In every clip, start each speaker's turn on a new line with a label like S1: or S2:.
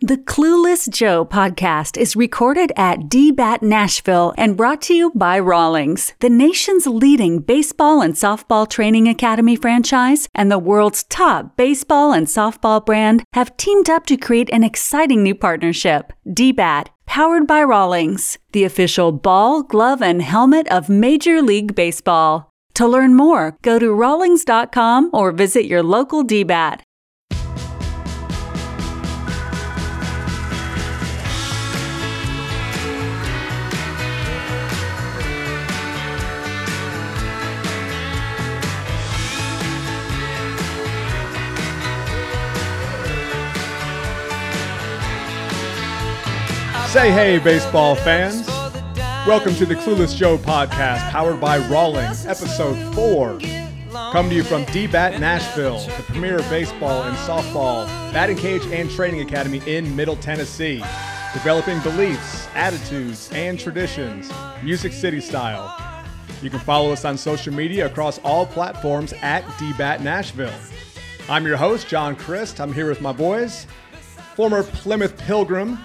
S1: The Clueless Joe podcast is recorded at DBAT Nashville and brought to you by Rawlings, the nation's leading baseball and softball training academy franchise and the world's top baseball and softball brand have teamed up to create an exciting new partnership, DBAT, powered by Rawlings, the official ball, glove, and helmet of Major League Baseball. To learn more, go to rawlings.com or visit your local DBAT.
S2: Say hey, baseball fans. Welcome to the Clueless Joe podcast, powered by Rawlings, episode 4. Come to you from DBAT Nashville, the premier baseball and softball batting cage and training academy in Middle Tennessee. Developing beliefs, attitudes, and traditions, Music City style. You can follow us on social media across all platforms at DBAT Nashville. I'm your host, John Christ. I'm here with my boys, former Plymouth Pilgrim,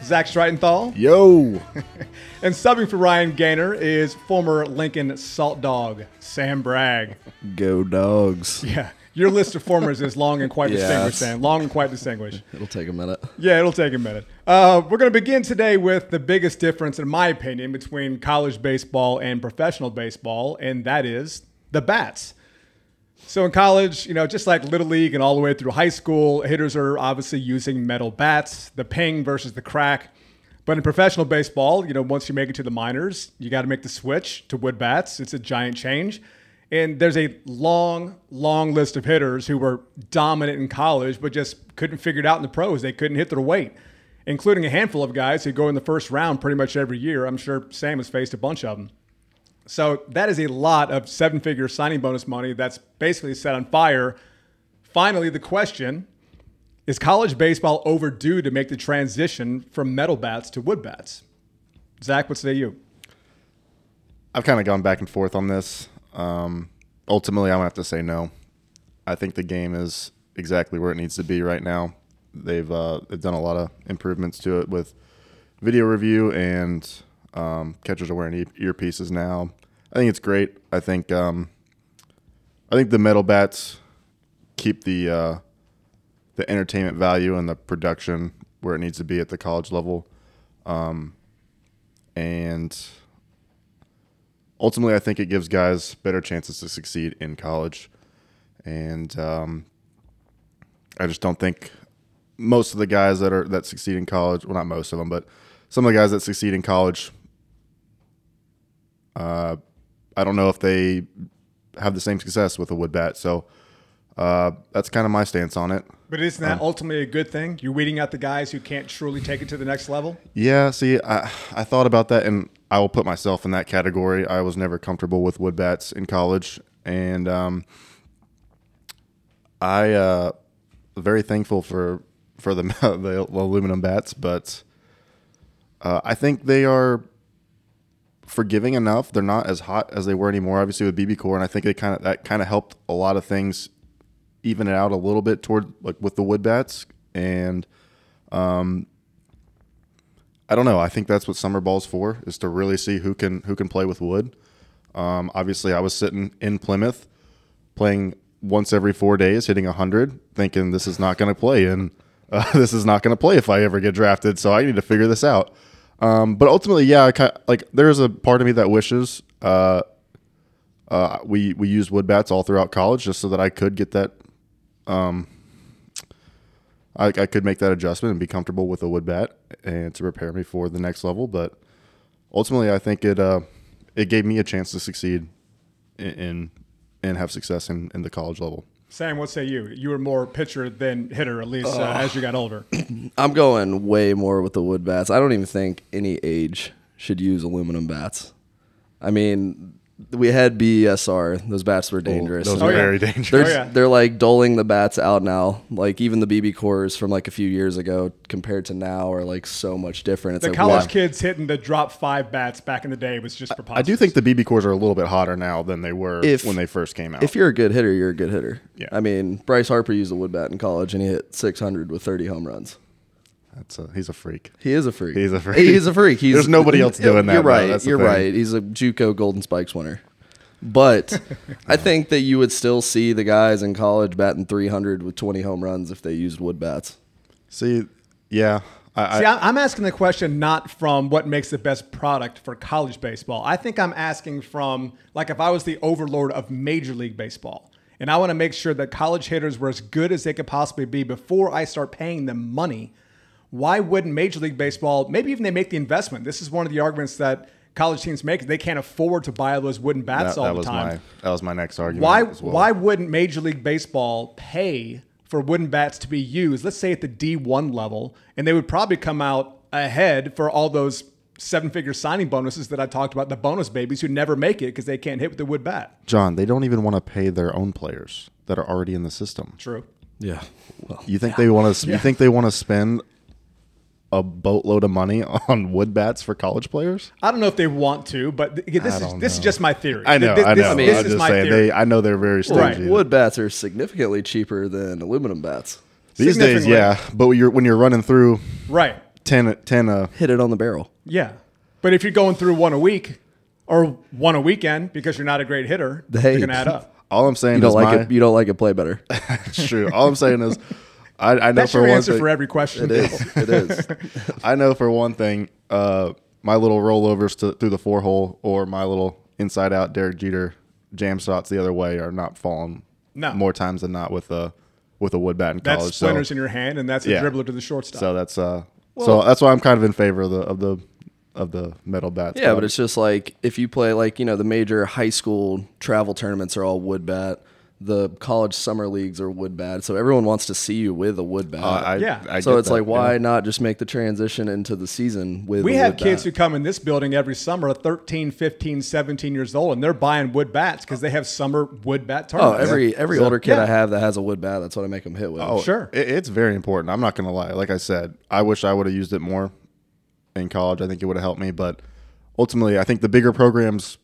S2: Zach Streitenthal.
S3: Yo.
S2: And subbing for Ryan Gaynor is former Lincoln Salt Dog, Sam Bragg.
S3: Go dogs.
S2: Yeah, your list of formers is long and quite
S3: Yeah,
S2: distinguished,
S3: it's-
S2: Sam. Long and quite distinguished.
S3: It'll take a minute.
S2: Yeah, it'll take a minute. Uh, we're going to begin today with the biggest difference, in my opinion, between college baseball and professional baseball, and that is the bats. So in college, you know, just like Little League and all the way through high school, hitters are obviously using metal bats, the ping versus the crack. But in professional baseball, you know, once you make it to the minors, you got to make the switch to wood bats. It's a giant change. And there's a long, long list of hitters who were dominant in college, but just couldn't figure it out in the pros. They couldn't hit their weight, including a handful of guys who go in the first round pretty much every year. I'm sure Sam has faced a bunch of them. So that is a lot of seven figure signing bonus money that's basically set on fire. Finally, the question is college baseball overdue to make the transition from metal bats to wood bats? Zach, what say you?
S3: I've kind of gone back and forth on this. Um, ultimately, I'm going to have to say no. I think the game is exactly where it needs to be right now. They've, uh, they've done a lot of improvements to it with video review, and um, catchers are wearing ear- earpieces now. I think it's great. I think um, I think the metal bats keep the uh, the entertainment value and the production where it needs to be at the college level. Um, and ultimately, I think it gives guys better chances to succeed in college. And um, I just don't think most of the guys that are that succeed in college, well, not most of them, but some of the guys that succeed in college, uh, I don't know if they have the same success with a wood bat. So uh, that's kind of my stance on it.
S2: But isn't
S3: Um,
S2: that ultimately a good thing? You're weeding out the guys who can't truly take it to the next level?
S3: Yeah, see, I I thought about that, and I will put myself in that category. I was never comfortable with wood bats in college, and um, I uh, very thankful for for the the aluminum bats, but uh, I think they are forgiving enough. They're not as hot as they were anymore, obviously with BB core, and I think they kind of that kind of helped a lot of things even it out a little bit toward like with the wood bats and. I don't know. I think that's what summer ball's for is to really see who can who can play with wood. Um, obviously, I was sitting in Plymouth playing once every four days, hitting hundred, thinking this is not going to play and uh, this is not going to play if I ever get drafted. So I need to figure this out. Um, but ultimately, yeah, I ki like there's a part of me that wishes uh, uh, we we used wood bats all throughout college just so that I could get that. I, I could make that adjustment and be comfortable with a wood bat and to prepare me for the next level. But ultimately, I think it uh, it gave me a chance to succeed in, in and have success in, in the college level.
S2: Sam, what say you? You were more pitcher than hitter, at least uh, as you got older.
S4: I'm going way more with the wood bats. I don't even think any age should use aluminum bats. I mean, we had BESR. Those bats were dangerous.
S3: Those
S2: Oh,
S3: are
S2: yeah.
S3: very dangerous.
S4: they're,
S2: Oh, yeah.
S4: they're like doling the bats out now. Like even the BB cores from like a few years ago compared to now are like so much different. It's
S2: The
S4: like
S2: college
S4: wow.
S2: kids hitting the drop five bats back in the day was just preposterous.
S3: I do think the BB cores are a little bit hotter now than they were
S4: If-
S3: when they first came out.
S4: If you're a good hitter, you're a good hitter.
S3: Yeah.
S4: I mean, Bryce Harper used a wood bat in college and he hit 600 with 30 home runs.
S3: It's a, he's a freak.
S4: He is a freak.
S3: He's a freak.
S4: He's a freak. He's,
S3: There's nobody else doing that,
S4: You're
S3: though.
S4: right.
S3: That's the
S4: you're
S3: thing.
S4: right. He's a JUCO Golden Spikes winner. But I think that you would still see the guys in college batting 300 with 20 home runs if they used wood bats.
S3: See, yeah, I,
S2: See,
S3: I,
S2: I- I'm asking the question not from what makes the best product for college baseball. I think I'm asking from, like, if I was the overlord of Major League Baseball and I want to make sure that college hitters were as good as they could possibly be before I start paying them money, why wouldn't Major League Baseball, maybe even they make the investment? This is one of the arguments that college teams make. They can't afford to buy those wooden bats
S3: that,
S2: all
S3: that
S2: the
S3: was
S2: time.
S3: my that was my next argument.
S2: Why
S3: as well.
S2: why wouldn't Major League Baseball pay for wooden bats to be used? Let's say at the D1 level, and they would probably come out ahead for all those seven-figure signing bonuses that I talked about, the bonus babies who never make it because they can't hit with the wood bat.
S3: John? They don't even want to pay their own players that are already in the system.
S2: True.
S4: Yeah. Well,
S3: You think they want to? You think they want to spend a boatload of money on wood bats for college players?
S2: I don't know if they want to, but th- this is
S3: don't
S2: this is
S3: know.
S2: just my theory.
S3: I know,
S2: Th-
S3: I
S2: this-
S3: know.
S2: This,
S3: I'm
S2: is
S3: just
S2: my
S3: saying.
S2: theory.
S3: They, I know they're very stingy.
S2: Right.
S4: wood bats are significantly cheaper than aluminum bats.
S3: These days,
S2: Significantly.
S3: yeah, but when you're when you're running through
S2: right.
S3: 10, 10 uh,
S4: Hit it on the barrel.
S2: Yeah. But if you're going through one a week or one a weekend because you're not a great hitter,
S4: Hey.
S2: you're gonna add up.
S3: all I'm saying
S4: You don't
S3: is
S4: like
S3: my,
S4: it. You don't like it. Play better.
S3: It's true. All I'm saying is, I, I know
S2: That's
S3: for
S2: your
S3: one
S2: answer
S3: thing.
S2: for every question.
S4: It is. It is.
S3: I know for one thing. Uh, my little rollovers to, through the four hole or my little inside out Derek Jeter jam shots the other way are not falling
S2: No.
S3: more times than not with a with a wood bat in
S2: That's
S3: college. So,
S2: splinters in your hand, and that's a
S3: Yeah.
S2: dribbler to the shortstop.
S3: so that's uh, so that's why I'm kind of in favor of the of the of the metal bats.
S4: Yeah, but it's just like if you play like you know the major high school travel tournaments are all wood bat. The college summer leagues are wood bat, so everyone wants to see you with a wood bat.
S3: I,
S2: Yeah.
S3: I
S4: so
S3: get
S4: it's
S3: that,
S4: like why
S3: yeah.
S4: not just make the transition into the season with?
S2: we
S4: a
S2: have
S4: wood
S2: kids who
S4: bat?
S2: come in this building every summer, 13, 15, 17 years old, and they're buying wood bats because they have summer wood bat
S4: Oh,
S2: tournaments.
S4: every every
S3: So-
S4: older kid
S2: Yeah.
S4: I have that has a wood bat, that's what I make them hit with.
S3: Oh,
S2: Sure.
S3: it- it's very important. I'm not going to lie. Like I said, I wish I would have used it more in college. I think it would have helped me. But ultimately, I think the bigger programs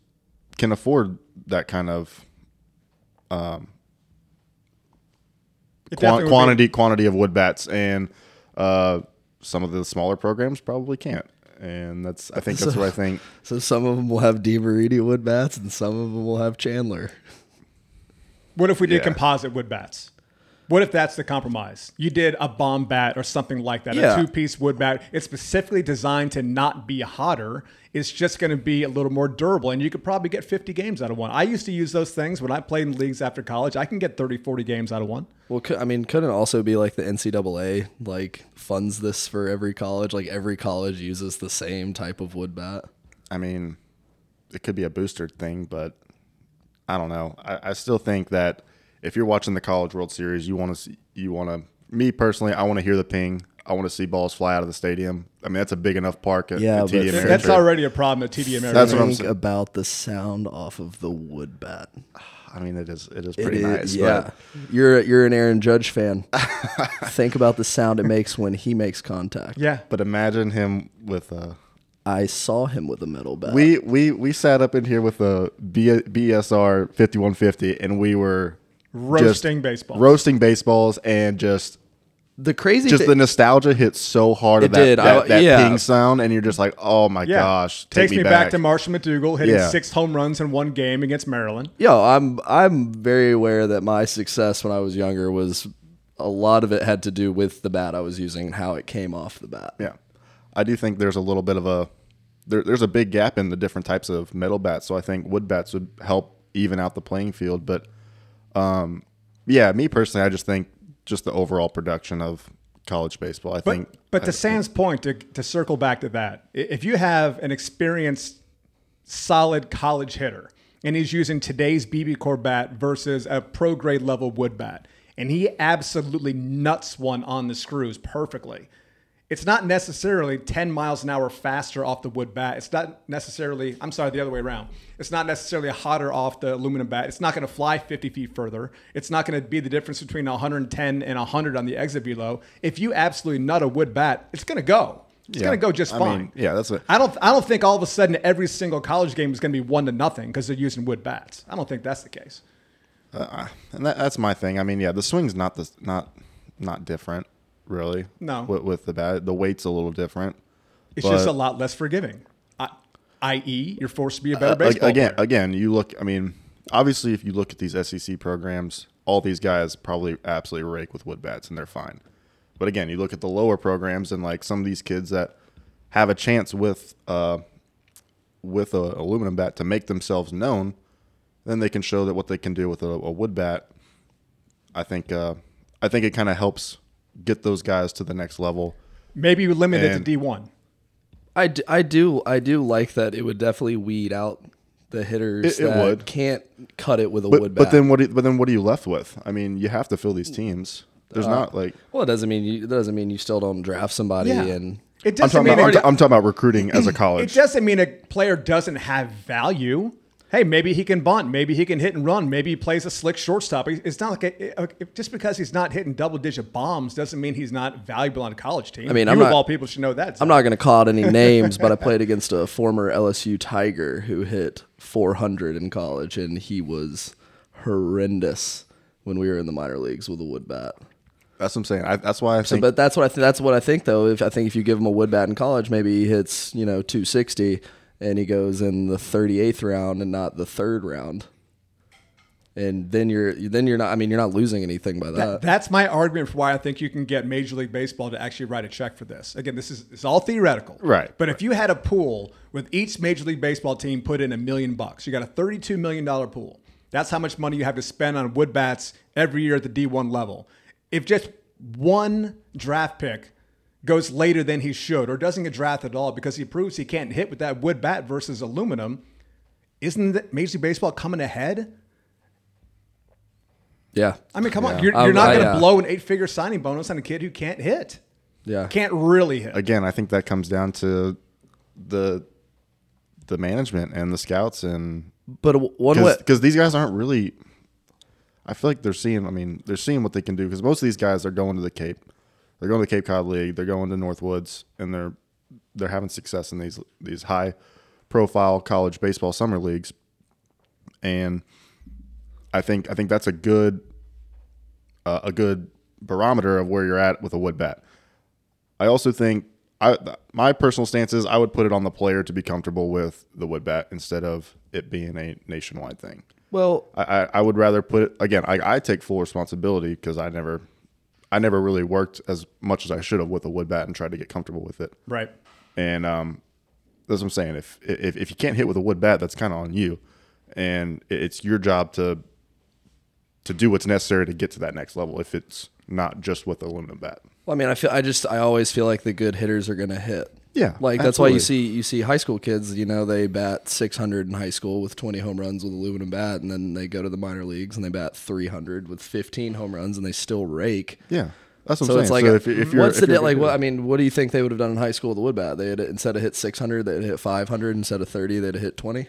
S3: can afford that kind of
S2: It
S3: quan-
S2: definitely would be-
S3: quantity quantity of wood bats, and uh, some of the smaller programs probably can't. And that's I think that's what I think.
S4: So some of them will have DiBeriti wood bats, and some of them will have Chandler.
S2: What if we did
S3: Yeah.
S2: composite wood bats? What if that's the compromise? You did a bomb bat or something like that,
S4: Yeah.
S2: a two piece wood bat. It's specifically designed to not be hotter. It's just going to be a little more durable, and you could probably get 50 games out of one. I used to use those things when I played in leagues after college. I can get 30, 40 games out of one.
S4: Well, cou- I mean, couldn't it also be like the NCAA like funds this for every college? Like every college uses the same type of wood bat.
S3: I mean, it could be a booster thing, but I don't know. I, I still think that if you're watching the College World Series, you want to see, you want to. Me personally, I want to hear the ping. I want to see balls fly out of the stadium. I mean, that's a big enough park at,
S4: Yeah,
S3: at TD
S4: but-
S3: Ameritrade.
S2: That's already a problem at TD Ameritrade.
S3: That's what I'm
S4: think
S3: saying.
S4: about the sound off of the wood bat.
S3: I mean, it is it is
S4: It
S3: pretty
S4: is-
S3: nice.
S4: yeah. You're you're an Aaron Judge fan. Think about the sound it makes when he makes contact.
S2: yeah.
S3: But, but imagine him with a.
S4: I saw him with a metal bat.
S3: We we we sat up in here with a B, BSR 5150, and we were
S2: Roasting
S3: just
S2: baseballs.
S3: roasting baseballs, and just
S4: the crazy
S3: just
S4: thi-
S3: the nostalgia hits so hard
S4: It
S3: of that,
S4: did.
S3: that,
S4: I-
S3: that
S4: yeah.
S3: ping sound, and you're just like, oh my gosh, take
S2: takes me, back. to Marshall McDougal hitting
S3: Yeah.
S2: six home runs in one game against Maryland.
S4: Yo, I'm I'm very aware that my success when I was younger was a lot of it had to do with the bat I was using and how it came off the bat.
S3: yeah, I do think there's a little bit of a there, there's a big gap in the different types of metal bats, so I think wood bats would help even out the playing field. But um, yeah, me personally, I just think just the overall production of college baseball. I
S2: But
S3: think,
S2: but to Sam's point, to, to circle back to that, i- if you have an experienced, solid college hitter, and he's using today's BB core bat versus a pro grade level wood bat, and he absolutely nuts one on the screws perfectly. It's not necessarily 10 miles an hour faster off the wood bat. It's not necessarily, I'm sorry, the other way around. It's not necessarily hotter off the aluminum bat. It's not going to fly 50 feet further. It's not going to be the difference between 110 and 100 on the exit below. If you absolutely nut a wood bat, it's going to go. It's
S3: Yeah.
S2: going to go just
S3: I
S2: fine.
S3: mean, yeah, that's what-
S2: I don't. I don't think all of a sudden every single college game is going to be one to nothing because they're using wood bats. I don't think that's the case.
S3: and that, that's my thing. I mean, yeah, the swing's not this not not different. really.
S2: No.
S3: With, with the bat, the weight's a little different.
S2: It's just
S3: But-
S2: a lot less forgiving. I, i.e., you're forced to be a better
S3: Uh, ag-
S2: baseball
S3: again,
S2: player.
S3: again, you look. I mean, obviously, if you look at these SEC programs, all these guys probably absolutely rake with wood bats, and they're fine. But again, you look at the lower programs, and like some of these kids that have a chance with uh, with a aluminum bat to make themselves known, then they can show that what they can do with a, a wood bat. I think uh, I think it kind of helps get those guys to the next level.
S2: Maybe you limit it
S3: And-
S2: to D1.
S4: I, d- I do I do like that. It would definitely weed out the hitters
S3: It- it
S4: that
S3: would.
S4: can't cut it with a
S3: But,
S4: wood bat.
S3: but then what? do you- but then what are you left with? I mean, you have to fill these teams.
S4: Uh,
S3: There's not like
S4: well, it doesn't mean you, that doesn't mean you still don't draft somebody.
S2: Yeah.
S4: And
S2: It
S3: I'm
S2: doesn't
S3: talking,
S2: mean
S3: about, I'm,
S2: it,
S3: ta- I'm talking about recruiting as a
S2: it
S3: college.
S2: doesn't mean a player doesn't have value. Hey, maybe he can bunt. Maybe he can hit and run. Maybe he plays a slick shortstop. He- It's not like a, a- a- just because he's not hitting double digit bombs doesn't mean he's not valuable on a college team. I
S4: mean,
S2: you
S4: I'm
S2: of
S4: not-
S2: all people should know that.
S4: I'm not going to call out any names, but I played against a former LSU Tiger who hit 400 in college, and he was horrendous when we were in the minor leagues with a wood bat.
S3: that's what I'm saying. I, that's why I
S4: So,
S3: think.
S4: but that's what I think. That's what I think, though. If I think if you give him a wood bat in college, maybe he hits you know 260, and he goes in the 38th round and not the third round. And then you're then you're not. I mean, you're not losing anything by that.
S3: Uh,
S2: That- that's my argument for why I think you can get Major League Baseball to actually write a check for this. Again, this is it's all theoretical,
S3: Right,
S2: But if you had a pool with each Major League Baseball team put in a million bucks, you got a thirty-two million dollar pool. That's how much money you have to spend on wood bats every year at the D one level. If just one draft pick goes later than he should, or doesn't get drafted at all because he proves he can't hit with that wood bat versus aluminum, isn't that Major League Baseball coming ahead?
S4: yeah,
S2: I mean, come on, you're, you're
S4: Um,
S2: not
S4: I,
S2: going to
S4: uh,
S2: blow an eight-figure signing bonus on a kid who can't hit,
S4: yeah.
S2: can't really hit.
S3: again, I think that comes down to the the management and the scouts and
S4: But w- one way,
S3: because these guys aren't really. I feel like they're seeing. I mean, they're seeing what they can do because most of these guys are going to the Cape. They're going to the Cape Cod League. They're going to Northwoods, and they're they're having success in these these high profile college baseball summer leagues. And I think I think that's a good uh, a good barometer of where you're at with a wood bat. I also think I my personal stance is I would put it on the player to be comfortable with the wood bat instead of it being a nationwide thing.
S4: well,
S3: I, I, I would rather put it again. I, I take full responsibility because I never I never really worked as much as I should have with a wood bat and tried to get comfortable with it.
S2: Right.
S3: And um, that's what I'm saying. If if, if you can't hit with a wood bat, that's kind of on you, and it- it's your job to to do what's necessary to get to that next level. If it's not just with aluminum bat,
S4: Well, I mean, I feel I just I always feel like the good hitters are gonna hit.
S3: Yeah,
S4: like that's why you see
S3: absolutely.
S4: you see high school kids. You know, they bat 600 in high school with 20 home runs with aluminum bat, and then they go to the minor leagues and they bat 300 with 15 home runs, and they still rake.
S3: yeah, that's what
S4: So
S3: I'm
S4: it's like,
S3: saying. so
S4: a-
S3: if, if you're
S4: what's the
S3: if you're-
S4: di- like? What I mean, what do you think they would have done in high school with the wood bat? They'd instead of hit 600, they'd hit 500 instead of 30, they'd hit 20.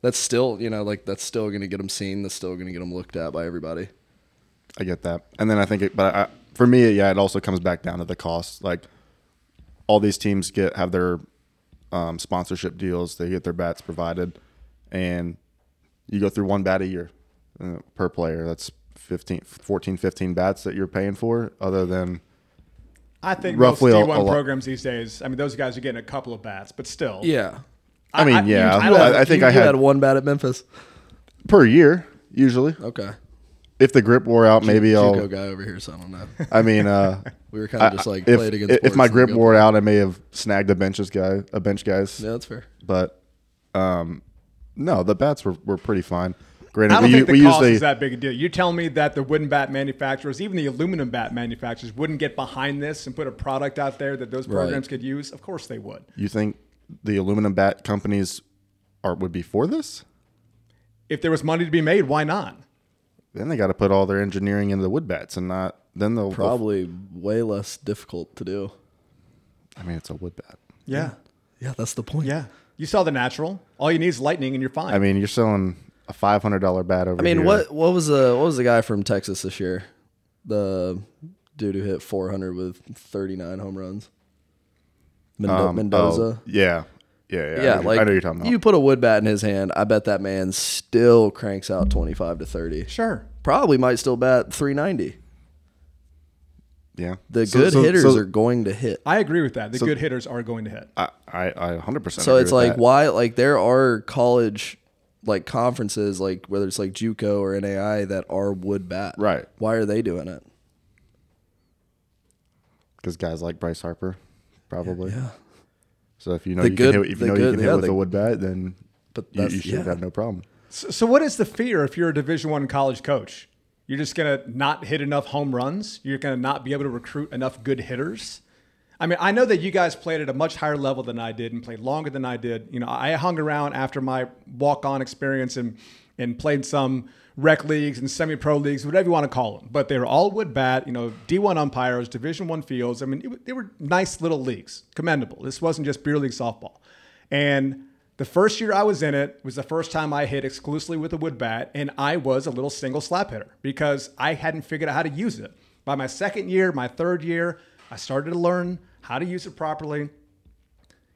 S4: That's still, you know, like that's still going to get them seen. That's still going to get them looked at by everybody.
S3: I get that, and then I think, it, but I, for me, yeah, it also comes back down to the cost. Like all these teams get have their um, sponsorship deals; they get their bats provided, and you go through one bat a year uh, per player. That's 15, 14, 15 bats that you're paying for. Other than
S2: I think
S3: Roughly
S2: most
S3: a-
S2: D1
S3: a lot.
S2: programs these days, I mean, those guys are getting a couple of bats, but still.
S4: Yeah,
S3: I mean,
S2: you-
S3: yeah,
S2: I don't-
S3: I- I think
S4: you,
S3: I
S4: you
S3: had-
S4: one bat at Memphis.
S3: per year usually,
S4: Okay,
S3: if the grip wore out, maybe
S4: Juco
S3: I'll.
S4: guy over here, so I don't know.
S3: I mean, uh,
S4: We were kind of just
S3: I-
S4: like
S3: if,
S4: played against.
S3: if
S4: sports
S3: my
S4: and
S3: grip
S4: go-
S3: wore out, I may have snagged a benches guy, a bench guy's
S4: yeah, that's fair.
S3: but um, no, the bats were, were pretty fine. Granted,
S2: I don't
S3: we,
S2: think
S3: u- we
S2: the cost
S3: usually
S2: is that big a deal. You're telling me that the wooden bat manufacturers, even the aluminum bat manufacturers, wouldn't get behind this and put a product out there that those programs could use? Of course they would.
S3: you think the aluminum bat companies are would be for this.
S2: If there was money to be made, why not?
S3: Then they got to put all their engineering into the wood bats and not. Then they'll
S4: Probably way less difficult to do.
S3: I mean, it's a wood bat.
S2: Yeah.
S4: Yeah, that's the point.
S2: Yeah. You saw the natural. All you need is lightning and you're fine.
S3: I mean, you're selling a five hundred dollar bat over.
S4: I mean,
S3: here.
S4: what what was the what was the guy from Texas this year? The dude who hit 400 with 39 home runs. Mendo-
S3: Um, oh,
S4: Mendoza.
S3: yeah, yeah, yeah. I
S4: yeah,
S3: know-
S4: like
S3: I know you're talking about.
S4: You put a wood bat in his hand. I bet that man still cranks out 25 to 30.
S2: sure.
S4: Probably might still bat 390.
S3: Yeah.
S4: The
S3: So-
S4: good
S3: so-
S4: hitters
S3: so
S4: are going to hit.
S2: I agree with that. The good hitters are going to hit.
S3: I, I, I 100%.
S4: So
S3: agree
S4: it's
S3: with
S4: like
S3: that.
S4: why like there are college like conferences like whether it's like JUCO or NAI that are wood bat.
S3: Right.
S4: Why are they doing it?
S3: because guys like Bryce Harper, probably.
S4: Yeah.
S3: So if you know
S4: The
S3: you
S4: good-
S3: can hit, if
S4: the
S3: you know you
S4: good-
S3: can hit
S4: yeah,
S3: with
S4: the-
S3: a wood bat, then
S4: But
S3: you,
S4: that's-
S3: you should
S4: yeah.
S3: have no problem.
S2: So, so what is the fear if you're a Division One college coach? You're just gonna not hit enough home runs. You're gonna not be able to recruit enough good hitters. I mean, I know that you guys played at a much higher level than I did and played longer than I did. You know, I hung around after my walk-on experience and and played some rec leagues and semi-pro leagues, whatever you want to call them. But they were all wood bat, you know, D1 umpires, Division One fields. I mean, it, wa- they were nice little leagues, commendable. This wasn't just beer league softball. And the first year I was in it was the first time I hit exclusively with a wood bat, and I was a little single slap hitter because I hadn't figured out how to use it. By my second year, my third year, I started to learn how to use it properly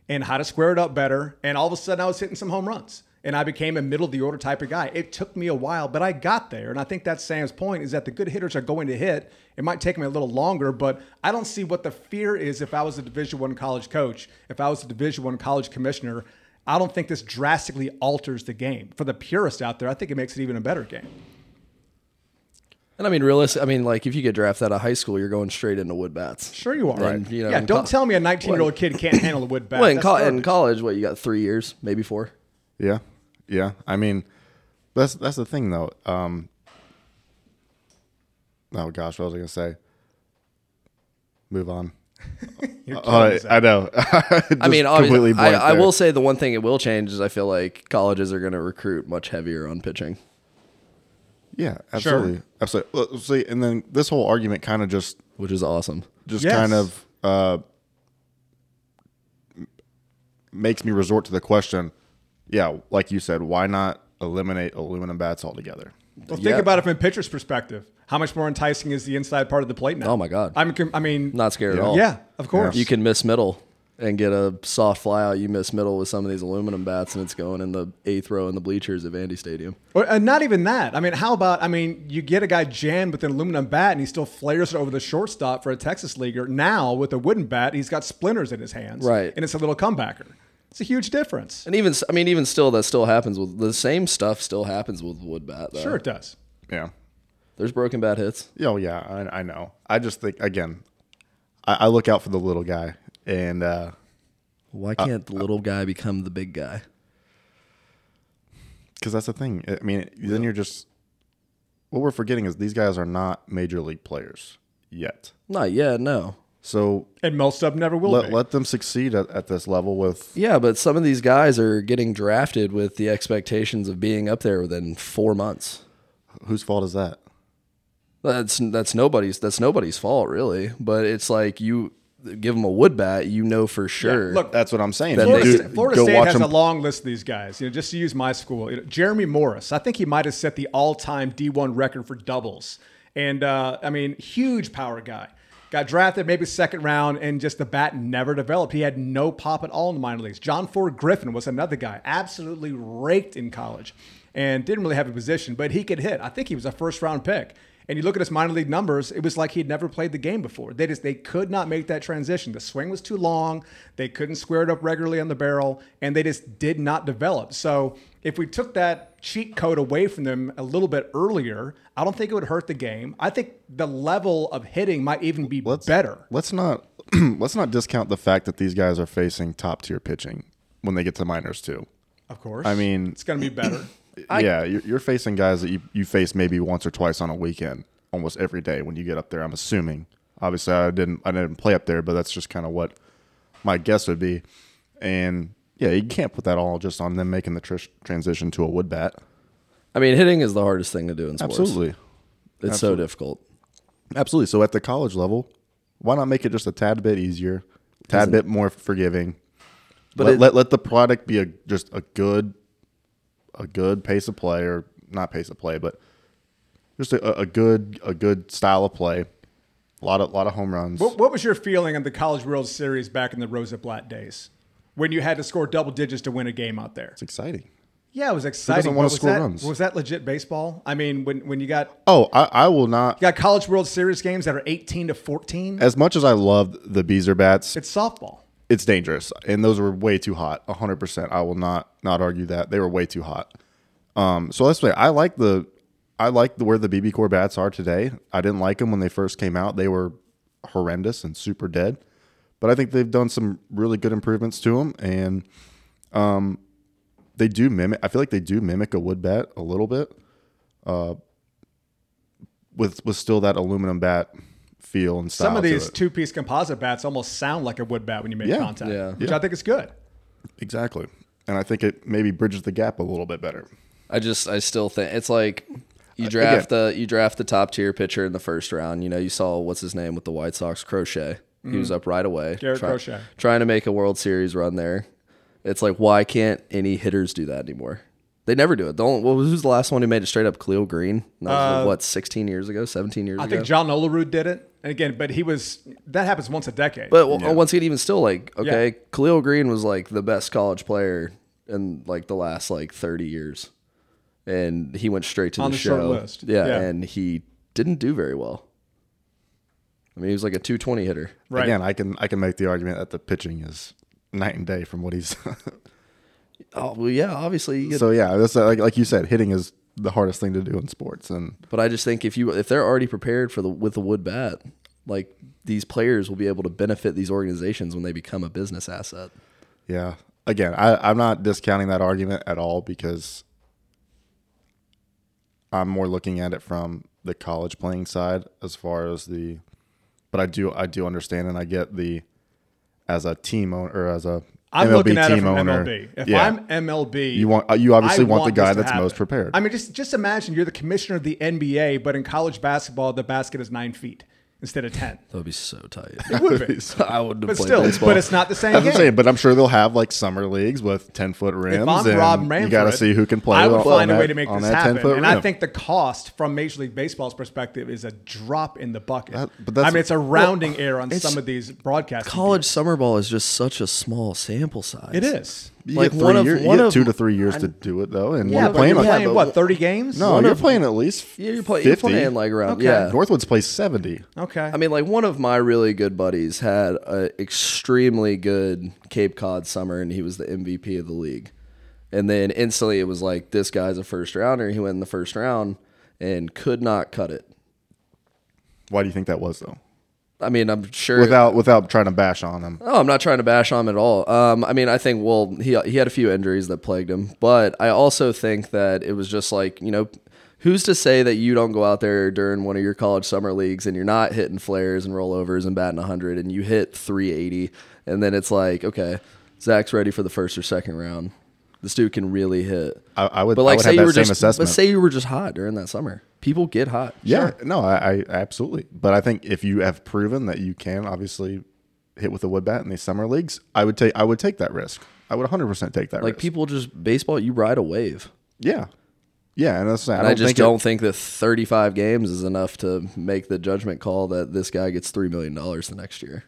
S2: and how to square it up better. And all of a sudden, I was hitting some home runs and I became a middle of the order type of guy. It took me a while, but I got there. And I think that's Sam's point is that the good hitters are going to hit. It might take me a little longer, but I don't see what the fear is if I was a Division One college coach, if I was a Division One college commissioner. I don't think this drastically alters the game. For the purist out there, I think it makes it even a better game.
S4: And I mean realistic I mean like if you get drafted out of high school you're going straight into wood bats.
S2: Sure you are.
S4: And, you know,
S2: yeah,
S4: in
S2: don't
S4: co-
S2: tell me a 19-year-old kid can't handle a wood bat.
S4: Well, in,
S2: That's
S4: co- in
S2: garbage.
S4: college, what you got three years, maybe four.
S3: Yeah, yeah. I mean, that's that's the thing though. Um, oh gosh, what was I gonna say? Move on.
S2: You're killing
S3: Uh,
S2: us out.
S3: I know.
S4: I mean, obviously, I, I
S3: blanked there.
S4: will say the one thing it will change is I feel like colleges are going to recruit much heavier on pitching.
S3: Yeah, absolutely, absolutely. Well, see, and then this whole argument kind of just
S4: which is awesome.
S3: just
S2: Yes.
S3: kind of uh, m- makes me resort to the question. Yeah, like you said, why not eliminate aluminum bats altogether?
S2: Well, think
S4: Yeah.
S2: about it from a pitcher's perspective. How much more enticing is the inside part of the plate now?
S4: Oh my God.
S2: I'm, com- I mean,
S4: Not scared at all.
S2: yeah, of course.
S4: You can miss middle and get a soft fly out. You miss middle with some of these aluminum bats, and it's going in the eighth row in the bleachers at Vandy Stadium.
S2: Or, and not even that. I mean, how about? I mean, you get a guy jammed with an aluminum bat, and he still flares it over the shortstop for a Texas leaguer. Now with a wooden bat, he's got splinters in his hands.
S4: Right.
S2: and it's a little comebacker. It's a huge difference.
S4: And even, s- I mean, even still, that still happens with the same stuff. Still happens with wood bat. Though.
S2: Sure, it does.
S3: Yeah.
S4: there's broken bat hits.
S3: Yeah, Oh yeah, I, I know. I just think again, I, I look out for the little guy, and uh,
S4: Why can't the little guy become the big guy?
S3: because that's the thing. I mean, then you're just what we're forgetting is these guys are not major league players yet.
S4: Not yet. No.
S3: So
S2: And most of them never will.
S3: let
S2: be.
S3: let them succeed at, at this level with
S4: Yeah, but some of these guys are getting drafted with the expectations of being up there within four months.
S3: whose fault is that?
S4: That's that's nobody's that's nobody's fault really, but it's like you give them a wood bat, you know for sure.
S2: Look,
S3: That's what I'm saying.
S2: Florida,
S3: Dude,
S2: Sta- Florida
S3: go
S2: State
S3: watch
S2: has
S3: them
S2: a long list of these guys. You know, just to use my school, you know, Jeremy Morris. I think he might have set the all-time D1 record for doubles, and uh, I mean, huge power guy. Got drafted maybe second round, and just the bat never developed. He had no pop at all in the minor leagues. John Ford Griffin was another guy, absolutely raked in college, and didn't really have a position, but he could hit. I think he was a first-round pick. And you look at his minor league numbers, it was like he'd never played the game before. They just they could not make that transition. The swing was too long, they couldn't square it up regularly on the barrel, and they just did not develop. So if we took that cheat code away from them a little bit earlier, I don't think it would hurt the game. I think the level of hitting might even be better.
S3: Let's not let's not discount the fact that these guys are facing top tier pitching when they get to minors too.
S2: Of course.
S3: I mean-
S2: it's gonna be better.
S3: yeah, you're, you're facing guys that you, you face maybe once or twice on a weekend, almost every day when you get up there. I'm assuming. Obviously, I didn't I didn't play up there, but that's just kind of what my guess would be. And yeah, you can't put that all just on them making the tr- transition to a wood bat.
S4: I mean, hitting is the hardest thing to do in sports.
S3: Absolutely,
S4: It's so difficult.
S3: absolutely. So at the college level, why not make it just a tad bit easier, tad bit more forgiving?
S4: But
S3: But let,
S4: it-
S3: let let the product be a just a good, a good pace of play or not pace of play, but just a, a good a good style of play. A lot of lot of home runs.
S2: What, what was your feeling on the College World Series back in the Rosa Blatt days? When you had to score double digits to win a game out there.
S3: It's exciting.
S2: Yeah, it was exciting.
S3: wanna
S2: but was
S3: score
S2: that-
S3: runs?
S2: Was that legit baseball? I mean, when when you got
S3: Oh, I, I will not.
S2: you got College World Series games that are eighteen to fourteen,
S3: As much as I loved the Beezer bats,
S2: it's softball.
S3: it's dangerous, and those were way too hot. hundred percent, I will not not argue that they were way too hot. Um, so let's play. I like the, I like the where the BB core bats are today. I didn't like them when they first came out; they were horrendous and super dead. But I think they've done some really good improvements to them, and um, they do mimic. I feel like they do mimic a wood bat a little bit, uh, with with still that aluminum bat feel and style.
S2: Some of
S3: to
S2: these
S3: it.
S2: two piece composite bats almost sound like a wood bat when you make
S3: Yeah.
S2: contact,
S4: Yeah.
S2: which I think is good.
S3: Exactly. And I think it maybe bridges the gap a little bit better.
S4: I just I still think it's like
S2: Uh,
S4: you draft the you draft the top tier pitcher in the first round. You know, you saw what's his name with the White Sox, Crochet. He was up right away.
S2: Mm-hmm. Garrett Crochet.
S4: Trying to make a World Series run there. It's like why can't any hitters do that anymore? They never do it. The only, well, who's the last one who made it straight up? Cleo Green. That was, like, what, 16 years ago, 17 years
S2: Uh, I
S4: ago?
S2: think John Olerud did it, and again, but he was that happens once a decade.
S4: But w once again, even still, like okay, Khalil Green was like the best college player in like the last like thirty years, and he went straight to
S2: On
S4: the,
S2: the
S4: show.
S2: short list.
S4: Yeah,
S2: Yeah.
S4: and he didn't do very well. I mean, he was like a two twenty hitter.
S2: right,
S3: Again, I can I can make the argument that the pitching is night and day from what he's.
S4: Oh well, yeah, obviously. You get,
S3: so yeah, that's like like you said, hitting is the hardest thing to do in sports, and
S4: but I just think if you if they're already prepared for the with the wood bat, like these players will be able to benefit these organizations when they become a business asset.
S3: yeah. Again, I, I'm not discounting that argument at all because I'm more looking at it from the college playing side as far as the, but I do I do understand and I get the, as a team owner or as a
S2: I'm
S3: MLB
S2: looking at
S3: team
S2: it from
S3: owner,
S2: MLB. If
S3: yeah.
S2: I'm MLB,
S3: You want- uh, you obviously
S2: I
S3: want the
S2: this
S3: guy
S2: to
S3: that's
S2: happen.
S3: most prepared.
S2: I mean, just just imagine you're the commissioner of the NBA, but in college basketball, the basket is nine feet instead of ten.
S4: That would be so tight.
S2: Would be.
S4: I wouldn't have
S2: But
S4: played
S2: still,
S4: baseball.
S2: but it's not the same
S3: That's what I'm
S2: game.
S3: saying, but I'm sure they'll have like summer leagues with ten foot rims.
S2: If I'm
S3: and
S2: Rob
S3: you
S2: Manfred,
S3: got to see who can play.
S2: I would
S3: on-
S2: find
S3: on
S2: a way
S3: that-
S2: to make
S3: on
S2: this
S3: that
S2: happen,
S3: 10-foot
S2: and I
S3: rim.
S2: think the cost from Major League Baseball's perspective is a drop in the bucket.
S3: That- but that's-
S2: I mean, it's a rounding error on
S4: it's-
S2: some of these broadcasting.
S4: college summer ball is just such a small sample size.
S2: people. it is.
S3: you
S4: like
S3: get three
S4: one of-
S3: year- you
S4: one
S3: get
S4: of-
S3: two to three years to do it though, and
S2: Yeah,
S3: you're
S2: but
S3: playing.
S2: you're
S3: like,
S2: playing
S4: but
S2: what
S4: what-
S2: thirty games?
S3: no, you're playing at least.
S4: Yeah, you're, play, you're
S3: 50.
S4: playing like around.
S2: Okay.
S4: Yeah.
S3: Northwoods plays seventy.
S2: Okay,
S4: I mean, like one of my really good buddies had an extremely good Cape Cod summer, and he was the MVP of the league. And then instantly it was like, this guy's a first rounder. He went in the first round and could not cut it.
S3: Why do you think that was though?
S4: I mean, I'm sure.
S3: Without without trying to bash on them,
S4: Oh, I'm not trying to bash on him at all. Um, I mean, I think well, he he had a few injuries that plagued him, but I also think that it was just like you know, who's to say that you don't go out there during one of your college summer leagues and you're not hitting flares and rollovers and batting 100 and you hit 380 and then it's like okay, Zach's ready for the first or second round. This dude can really hit.
S3: I, I would.
S4: but like,
S3: I would
S4: say
S3: have
S4: you
S3: that
S4: were
S3: same
S4: just
S3: assessment.
S4: but say you were just hot during that summer. People get hot.
S3: yeah, no, I, I absolutely. But I think if you have proven that you can obviously hit with a wood bat in these summer leagues, I would take I would take that risk. I would 100 percent take that
S4: Like
S3: risk.
S4: people just baseball, you ride a wave.
S3: yeah, yeah, and that's I,
S4: And I, just
S3: think it-
S4: don't think that 35 games is enough to make the judgment call that this guy gets $3 million the next year.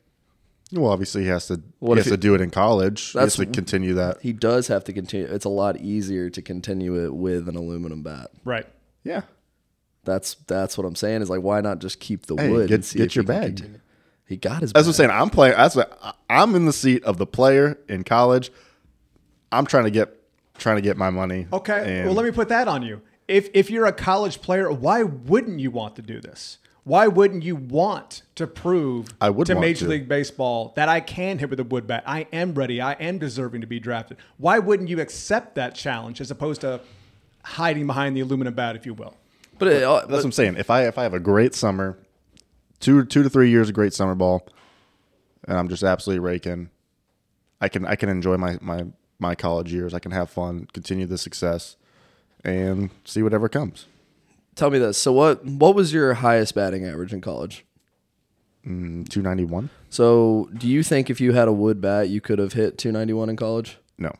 S3: Well, obviously he has to.
S4: What
S3: he
S4: if
S3: has
S4: he-
S3: to do it in college. He has
S4: That's-
S3: to continue that.
S4: He does have to continue. It's a lot easier to continue it with an aluminum bat.
S2: right?
S3: Yeah,
S4: That's that's what I'm saying. Is like, why not just keep the
S3: Hey,
S4: wood?
S3: get-
S4: and see
S3: get
S4: if
S3: your
S4: he can
S3: bag.
S4: continue? He got his.
S3: that's what I'm
S4: bag.
S3: saying. I'm playing. That's what, I- I'm in the seat of the player in college. I'm trying to get trying to get my money.
S2: Okay.
S3: and
S2: well, let me put that on you. If if you're a college player, why wouldn't you want to do this? Why wouldn't you want to prove
S3: I would
S2: to
S3: want
S2: Major
S3: to.
S2: League Baseball that I can hit with a wood bat? I am ready. I am deserving to be drafted. Why wouldn't you accept that challenge as opposed to hiding behind the aluminum bat, if you will?
S4: But, it, uh,
S3: That's
S4: but
S3: what I'm saying. If I if I have a great summer, two two to three years of great summer ball, and I'm just absolutely raking, I can I can enjoy my my my college years. I can have fun, continue the success, and see whatever comes.
S4: tell me this. So what what was your highest batting average in college?
S3: Two ninety one.
S4: So do you think if you had a wood bat, you could have hit 291 in college?
S3: No.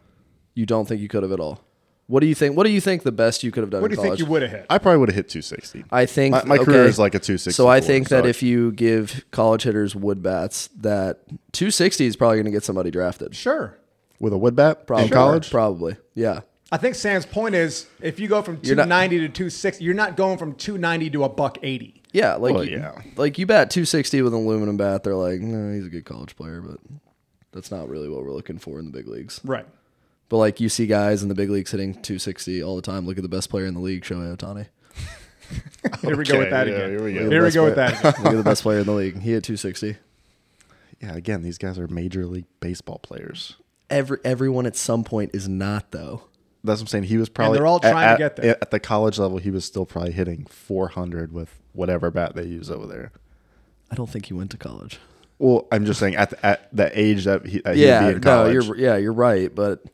S4: You don't think you could have at all. What do you think? What do you think the best you could have done?
S2: What do
S4: in
S2: you think
S4: college?
S2: you would have hit?
S3: I probably would have hit 260.
S4: I think
S3: My- my
S4: okay.
S3: career is like a 260
S4: So I
S3: forward,
S4: think that
S3: so I-
S4: if you give college hitters wood bats, that 260 is probably going to get somebody drafted.
S2: Sure.
S3: with a wood bat
S4: Probably,
S3: in college.
S4: probably, yeah.
S2: I think Sam's point is if you go from
S4: You're not-
S2: 290 to 260, you're not going from 290 to a buck 80.
S4: Yeah, like
S3: Well,
S4: you,
S3: yeah.
S4: like you bat 260 with an aluminum bat, they're like, no, he's a good college player, but that's not really what we're looking for in the big leagues.
S2: Right.
S4: But like you see guys in the big leagues hitting 260 all the time. Look at the best player in the league, Shohei Otani.
S2: Here we go with that
S3: yeah,
S2: again.
S3: here we go.
S2: Here we go with that. again.
S4: Look at the best player in the league. He hit 260.
S3: Yeah, again, these guys are major league baseball players.
S4: Every everyone at some point is not though.
S3: That's what I'm saying. He was probably
S2: they're all
S3: at-
S2: trying to
S3: at-
S2: get there.
S3: at the college level. He was still probably hitting 400 with whatever bat they use over there.
S4: I don't think he went to college.
S3: Well, I'm just saying at the, at the age that he that he'd
S4: Yeah,
S3: be
S4: no,
S3: in college.
S4: you're yeah, you're right, but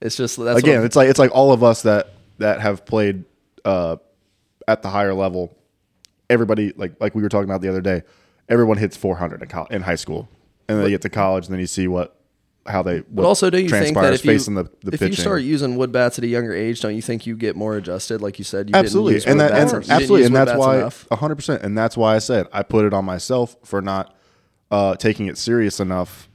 S4: it's just that's
S3: again,
S4: what,
S3: it's like it's like all of us that that have played uh, at the higher level. Everybody, like like we were talking about the other day, everyone hits 400 in, col- in high school, and then they get to college, and then you see what how they. What
S4: But also, don't you think that
S3: transpires
S4: if you
S3: facing the,
S4: if
S3: the pitching.
S4: you start using wood bats at a younger age, don't you think you get more adjusted? Like you said, you
S3: absolutely,
S4: didn't use
S3: and
S4: wood
S3: that
S4: bats,
S3: and
S4: or- you didn't
S3: absolutely,
S4: use
S3: and
S4: wood
S3: that's
S4: bats
S3: why
S4: enough.
S3: 100, percent and that's why I said I put it on myself for not uh, taking it serious enough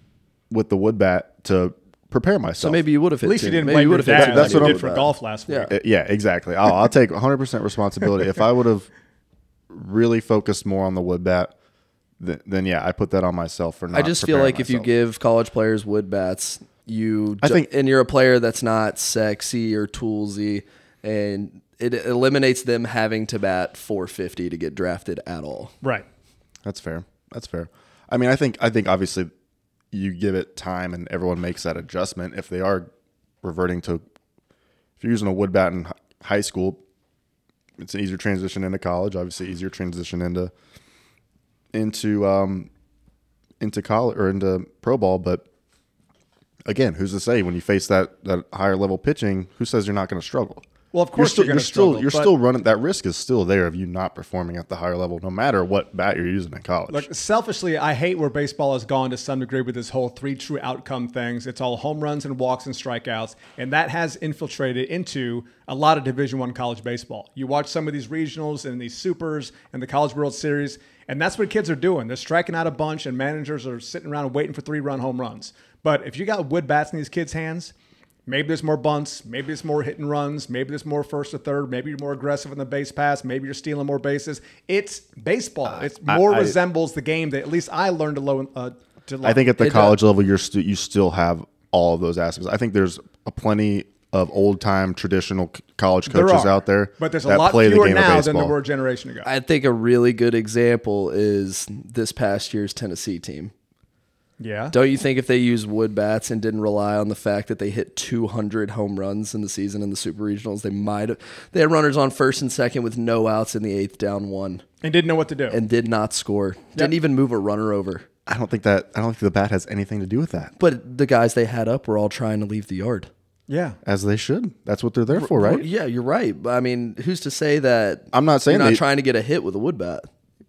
S3: with the wood bat to prepare myself.
S4: So maybe you would have hit.
S2: At least
S4: two.
S2: you didn't
S4: maybe
S2: blame your
S4: would've hit
S2: dad
S4: two
S2: like
S3: That's
S4: if
S2: you
S3: what
S4: you
S3: I'm-
S2: did for
S4: would've
S2: golf last week.
S4: Yeah.
S3: Uh, Yeah, exactly. I'll, I'll take 100% responsibility. If I would have really focused more on the wood bat, th- then yeah, I put that on myself for not.
S4: I just feel
S3: preparing
S4: like if you
S3: myself.
S4: give college players wood bats, you
S3: I
S4: ju-
S3: think-
S4: and you're a player that's not sexy or toolsy, and it eliminates them having to bat 450 to get drafted at all.
S2: Right.
S3: that's fair. That's fair. I mean, I think I think obviously you give it time, and everyone makes that adjustment. If they are reverting to, if you're using a wood bat in hi- high school, it's an easier transition into college. Obviously, easier transition into into um, into college or into pro ball. But again, who's to say when you face that that higher level pitching? Who says you're not going to struggle?
S2: Well, of course
S3: still,
S2: you're gonna
S3: still
S2: struggle,
S3: you're
S2: but-
S3: still running. That risk is still there of you not performing at the higher level, no matter what bat you're using in college.
S2: Look, selfishly, I hate where baseball has gone to some degree with this whole three true outcome things. It's all home runs and walks and strikeouts, and that has infiltrated into a lot of Division One college baseball. You watch some of these regionals and these supers and the College World Series, and that's what kids are doing. They're striking out a bunch, and managers are sitting around waiting for three run home runs. But if you got wood bats in these kids' hands, Maybe there's more bunts. Maybe there's more hit and runs. Maybe there's more first to third. Maybe you're more aggressive on the base pass. Maybe you're stealing more bases. It's baseball. it's more
S3: Uh, I-
S2: resembles the game that at least I learned to, lo- uh, to love.
S3: I think at the
S4: It
S3: college level, you're stu- you still have all of those aspects. I think there's a plenty of old time traditional c- college coaches
S2: are,
S3: out there,
S2: but there's a
S3: that
S2: lot
S3: play the
S2: fewer
S3: game of
S2: now than
S3: baseball.
S2: there were a generation ago.
S4: I think a really good example is this past year's Tennessee team.
S2: yeah,
S4: Don't you think if they used wood bats and didn't rely on the fact that they hit 200 home runs in the season in the super regionals, they might have. They had runners on first and second with no outs in the eighth, down one,
S2: and didn't know what to do.
S4: and did not score. Didn't even move a runner over.
S3: I don't think that I don't think the bat has anything to do with that,
S4: But the guys they had up were all trying to leave the yard. Oh,
S2: yeah,
S3: as they should. That's what they're there for, Oh, right?
S4: Yeah, you're right. But I mean, who's to say that
S3: I'm not saying
S4: you're not
S3: they-
S4: trying to get a hit with a wood bat?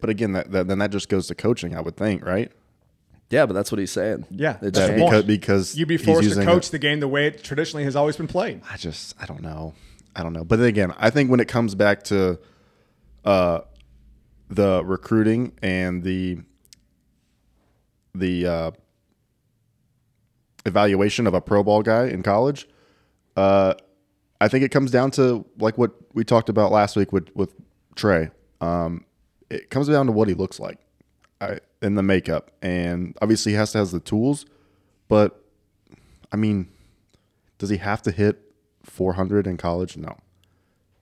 S3: But again, that, that then that just goes to coaching, I would think, right?
S4: Yeah, but that's what he's saying.
S2: Yeah,
S4: It
S2: that's
S4: just
S2: the
S4: changed.
S3: Because because
S2: you'd be
S3: he's
S2: forced to
S3: using
S2: coach
S3: it-
S2: the game the way it traditionally has always been played.
S3: I just I don't know, I don't know. But then again, I think when it comes back to uh, the recruiting and the the uh, evaluation of a pro ball guy in college, uh, I think it comes down to like what we talked about last week with with Trey. Um, it comes down to what he looks like I, in the makeup, and obviously he has to has the tools, but I mean, does he have to hit 400 in college? No.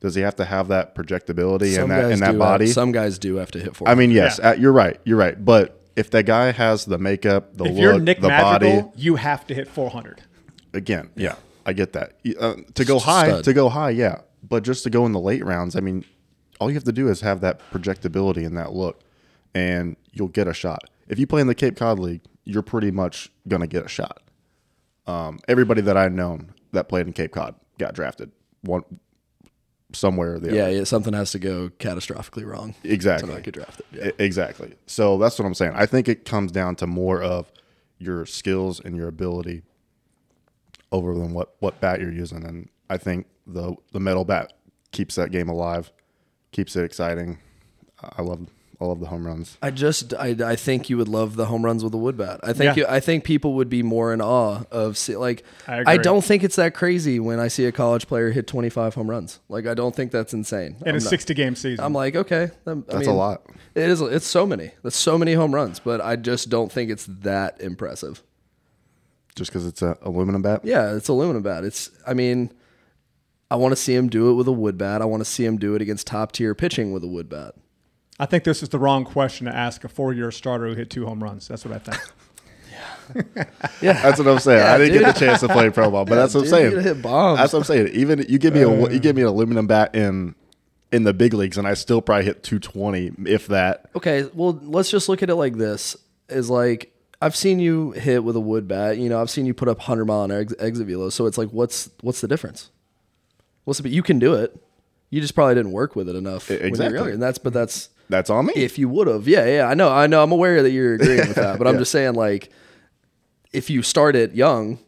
S3: Does he have to have that projectability
S4: Some
S3: and that
S4: guys
S3: and
S4: do
S3: that body?
S4: Have, some guys do have to hit for.
S3: I mean, yes,
S2: Yeah.
S3: uh, you're right. You're right. But if that guy has the makeup, the
S2: If
S3: look,
S2: you're Nick
S3: the
S2: Madrigal,
S3: body,
S2: you have to hit 400.
S3: again, yeah, I get that. You- Uh, to go high,
S4: stud.
S3: to go high, yeah. But just to go in the late rounds, I mean, all you have to do is have that projectability and that look, and you'll get a shot. If you play in the Cape Cod League, you're pretty much gonna get a shot. Um, everybody that I've known that played in Cape Cod got drafted one somewhere or the other.
S4: yeah, yeah. Something has to go catastrophically wrong.
S3: Exactly.
S4: To not get drafted. Yeah.
S3: E- Exactly. So that's what I'm saying. I think it comes down to more of your skills and your ability over than what, what bat you're using. And I think the the metal bat keeps that game alive, keeps it exciting. I I love I love the home runs.
S4: I just I, I think you would love the home runs with a wood bat. I think
S2: Yeah.
S4: you, I think people would be more in awe of see, like
S2: I
S4: I,
S2: agree.
S4: don't think it's that crazy when I see a college player hit 25 home runs. Like I don't think that's insane.
S2: in
S4: I'm
S2: a
S4: not-
S2: 60 game season.
S4: I'm like okay, that- I
S3: That's
S4: mean,
S3: a lot.
S4: It is. It's so many. That's so many home runs, but I just don't think it's that impressive.
S3: Just because it's a aluminum bat.
S4: Yeah, it's aluminum bat. It's. I mean, I want to see him do it with a wood bat. I want to see him do it against top tier pitching with a wood bat.
S2: I think this is the wrong question to ask a four year starter who hit two home runs. That's what I think.
S4: Yeah,
S3: That's what I'm saying. I didn't
S4: dude.
S3: get the chance to play pro ball, but that's what I'm
S4: dude,
S3: saying.
S4: you hit bombs. Uh.
S3: That's what I'm saying. Even you give me a you give me an aluminum bat in in the big leagues, and I still probably hit 220 if that.
S4: Okay, well, let's just look at it like this: is like I've seen you hit with a wood bat. You know, I've seen you put up hundred mile an hour ex- exit velo. So it's like, what's what's the difference? What's the? You can do it. You just probably didn't work with it enough when you were
S3: exactly.
S4: younger, and that's but that's
S3: That's on me.
S4: if you would have. Yeah, yeah, I know, I know. I'm aware that you're agreeing with that, but I'm just saying, like, if you start it young,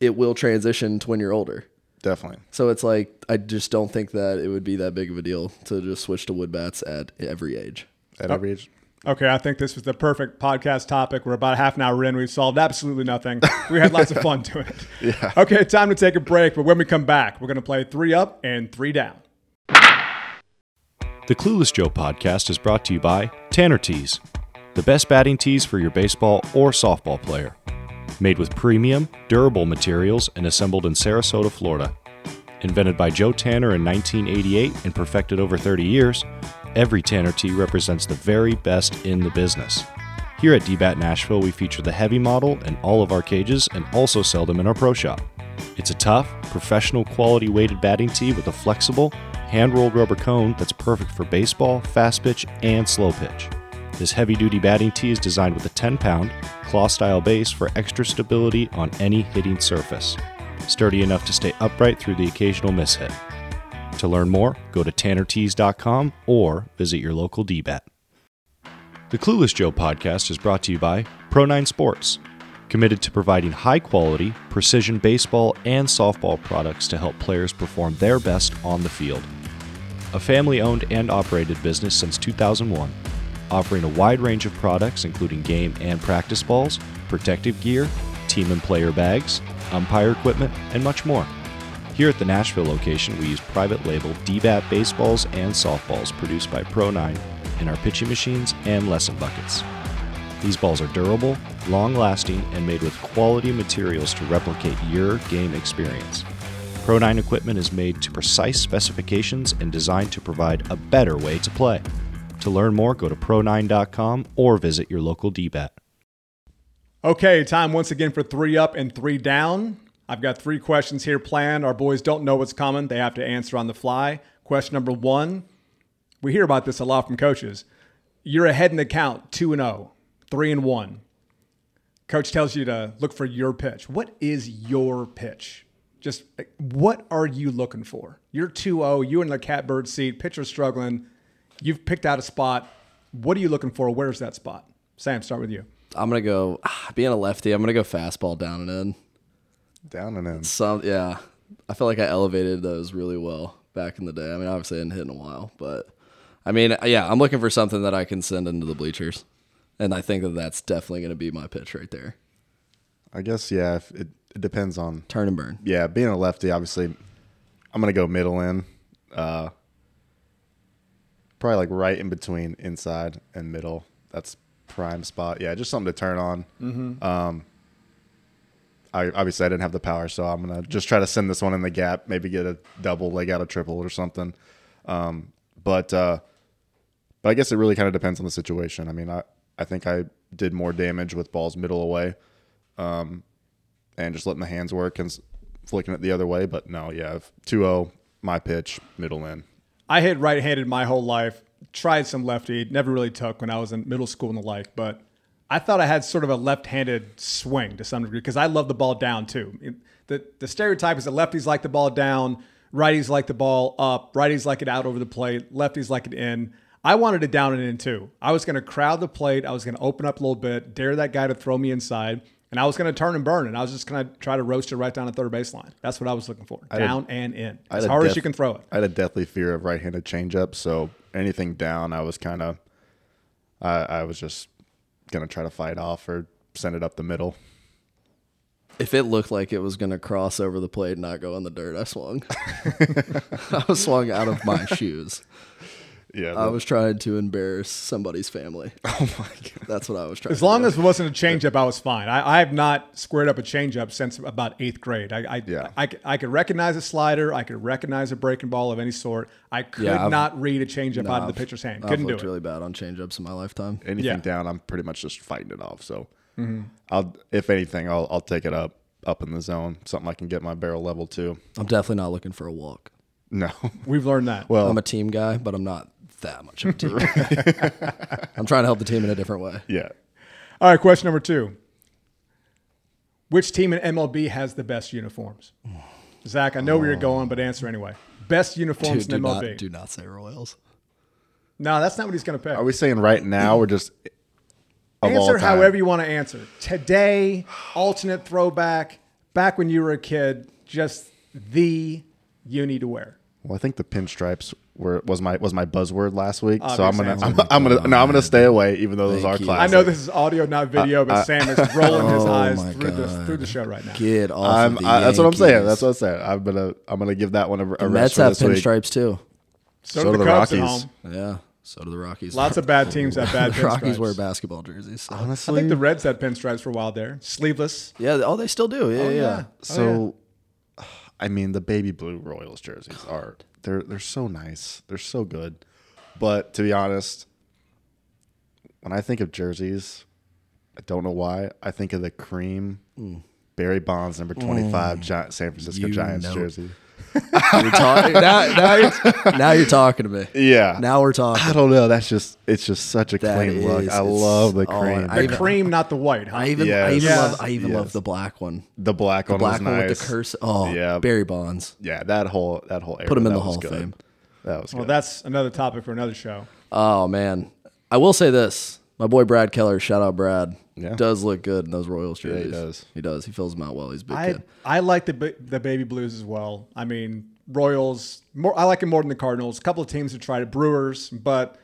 S4: it will transition to when you're older.
S3: Definitely.
S4: So it's like I just don't think that it would be that big of a deal to just switch to wood bats at every age.
S3: At every age.
S2: Okay, I think this was the perfect podcast topic. We're about half an hour in. We've solved absolutely nothing. We had lots of fun doing it. Yeah. Okay, time to take a break. But when we come back, we're going to play three up and three down.
S5: The Clueless Joe podcast is brought to you by Tanner Tees, the best batting tees for your baseball or softball player. Made with premium, durable materials and assembled in Sarasota, Florida. Invented by Joe Tanner in 1988 and perfected over 30 years, every Tanner tee represents the very best in the business. Here at DBAT Nashville, we feature the heavy model in all of our cages and also sell them in our pro shop. It's a tough, professional quality weighted batting tee with a flexible, hand rolled rubber cone that's perfect for baseball, fast pitch, and slow pitch. This heavy duty batting tee is designed with a 10 pound, claw style base for extra stability on any hitting surface. Sturdy enough to stay upright through the occasional mishit. To learn more, go to tannertees.com or visit your local DBAT. The Clueless Joe podcast is brought to you by Pro9 Sports, committed to providing high quality, precision baseball and softball products to help players perform their best on the field. A family owned and operated business since 2001, offering a wide range of products including game and practice balls, protective gear, team and player bags, umpire equipment, and much more. Here at the Nashville location, we use private label DBAT baseballs and softballs produced by Pro9 in our pitching machines and lesson buckets. These balls are durable, long lasting, and made with quality materials to replicate your game experience. Pro9 equipment is made to precise specifications and designed to provide a better way to play. To learn more, go to pro9.com or visit your local DBAT.
S2: Okay, time once again for three up and three down. I've got three questions here planned. Our boys don't know what's coming, they have to answer on the fly. Question number one We hear about this a lot from coaches. You're ahead in the count 2 and 0, 3 and 1. Coach tells you to look for your pitch. What is your pitch? Just like, what are you looking for? You're 2 0, you in the catbird seat, pitcher's struggling. You've picked out a spot. What are you looking for? Where's that spot? Sam, start with you.
S4: I'm gonna go ah, being a lefty. I'm gonna go fastball down and in.
S3: Down and in.
S4: Some yeah, I feel like I elevated those really well back in the day. I mean, obviously I didn't hit in a while, but I mean, yeah, I'm looking for something that I can send into the bleachers, and I think that that's definitely gonna be my pitch right there.
S3: I guess yeah. If it, it depends on
S4: Turn and burn.
S3: yeah, being a lefty, obviously, I'm gonna go middle in, uh, probably like right in between inside and middle. That's prime spot. Yeah, just something to turn on. Um, I obviously I didn't have the power, so I'm gonna just try to send this one in the gap. Maybe get a double, leg out a triple or something. Um, but uh, but I guess it really kind of depends on the situation. I mean, I I think I did more damage with balls middle away and just letting the hands work and s- flicking it the other way. But no, yeah, 2 0, my pitch, middle in.
S2: I hit right handed my whole life, tried some lefty, never really took when I was in middle school and the like, but I thought I had sort of a left handed swing to some degree because I love the ball down too. It- The, the stereotype is that lefties like the ball down, righties like the ball up, righties like it out over the plate, lefties like it in. I wanted it down and in too. I was going to crowd the plate, I was going to open up a little bit, dare that guy to throw me inside. And I was going to turn and burn, and I was just going to try to roast it right down the third baseline. That's what I was looking for, down and in,
S3: I
S2: as
S3: had a
S2: hard as
S3: death-
S2: you can throw it.
S3: I had a deathly fear of right handed changeup. So anything down, I was kind of I, I was just gonna try to fight off or send it up the middle.
S4: If it looked like it was gonna cross over the plate and not go in the dirt, I swung. I was swung out of my shoes.
S3: Yeah,
S4: I
S3: that-
S4: was trying to embarrass somebody's family. Oh my god, that's what I was trying.
S2: As long
S4: to
S2: as it wasn't a changeup, I was fine. I, I have not squared up a changeup since about eighth grade. I, I,
S3: Yeah.
S2: I, c- I could recognize a slider. I could recognize a breaking ball of any sort. I could
S4: Yeah, I've-
S2: not read a changeup
S4: do.
S2: out of
S4: I've-
S2: the pitcher's hand.
S4: I've
S2: Couldn't do
S4: looked
S2: it.
S4: Really bad on changeups in my lifetime.
S3: anything
S2: Yeah. Mm-hmm.
S3: down, I'm pretty much just fighting it off. So I'll if anything, I'll I'll take it up up in the zone, something I can get my barrel level to.
S4: I'm definitely not looking for a walk.
S3: No.
S2: We've learned that.
S3: Well,
S4: I'm a team guy, but I'm not that much of a team. guy. I'm trying to help the team in a different way.
S3: yeah.
S2: All right, question number two. Which team in MLB has the best uniforms? Zach, I know where you're going, but answer anyway. Best uniforms
S4: Oh. Dude, do
S2: in
S4: not,
S2: MLB.
S4: do not say Royals.
S2: No, that's not what he's going to pick.
S3: Are we saying right now or just of all
S2: answer
S3: time?
S2: however you want to answer. Today, alternate throwback, back when you were a kid, just the uni to wear.
S3: Well, I think the pinstripes were was my was my buzzword last week,
S4: Oh,
S3: so I'm gonna
S2: Obviously.
S3: I'm, I'm gonna no I'm gonna stay away, even though those
S4: Thank
S3: are
S4: you.
S2: I
S3: classic.
S2: know this is audio, not video, but Sam is rolling his eyes
S4: my
S2: through the,
S4: God.
S2: through the show right now.
S4: Get off.
S3: I'm,
S4: of the
S3: I, that's what I'm saying.
S4: Yankees.
S3: That's what I'm saying. I'm gonna I'm gonna give that one a, a
S4: Mets
S3: rest for
S4: have
S3: this week.
S4: pinstripes too.
S2: So,
S3: so
S2: do the,
S3: do the
S2: Cubs at
S3: Rockies.
S2: home.
S4: Yeah. So do the Rockies.
S2: Lots of bad teams have bad
S4: the Rockies
S2: pinstripes.
S4: wear basketball jerseys. so-
S2: I think the Reds had pinstripes for a while there. Sleeveless.
S4: Yeah. Oh, they still do. Yeah. yeah.
S3: So, Oh, I mean, the baby blue Royals jerseys are they're they're so nice. They're so good. But to be honest, when I think of jerseys, I don't know why I think of the cream Barry Bonds number twenty five Gi- San Francisco
S4: Mm. You
S3: Giants
S4: know.
S3: jersey.
S4: You're talking now, now, you're, now you're talking to me.
S3: Yeah.
S4: Now we're
S3: I
S4: talking.
S3: don't know. That's just it's just such a
S4: That
S3: clean look.
S4: is-
S3: I
S4: it's-
S3: love the
S4: oh,
S3: cream.
S4: I
S2: The
S4: even-
S2: cream, not the white, huh?
S4: I even, I
S3: Yes.
S4: even
S2: Yeah.
S4: love, I even
S3: Yes.
S4: love the black one.
S3: the black one
S4: Black
S3: was
S4: one
S3: nice.
S4: with the curse. Oh,
S3: Yeah.
S4: Barry Bonds.
S3: Yeah, that whole that whole era,
S4: Put him in
S3: that
S4: the
S3: was
S4: Hall of
S3: good.
S4: Fame.
S3: That was good.
S2: well, that's another topic for another show.
S4: Oh man, I will say this: my boy Brad Keller, shout out Brad,
S3: Yeah.
S4: does look good in those Royals
S3: he
S4: jerseys.
S3: does.
S4: He does. He fills them out well. He's a big
S2: I
S4: kid.
S2: I like the ba- the baby blues as well. I mean, Royals. More, I like it more than the Cardinals. A couple of teams have tried it, Brewers, but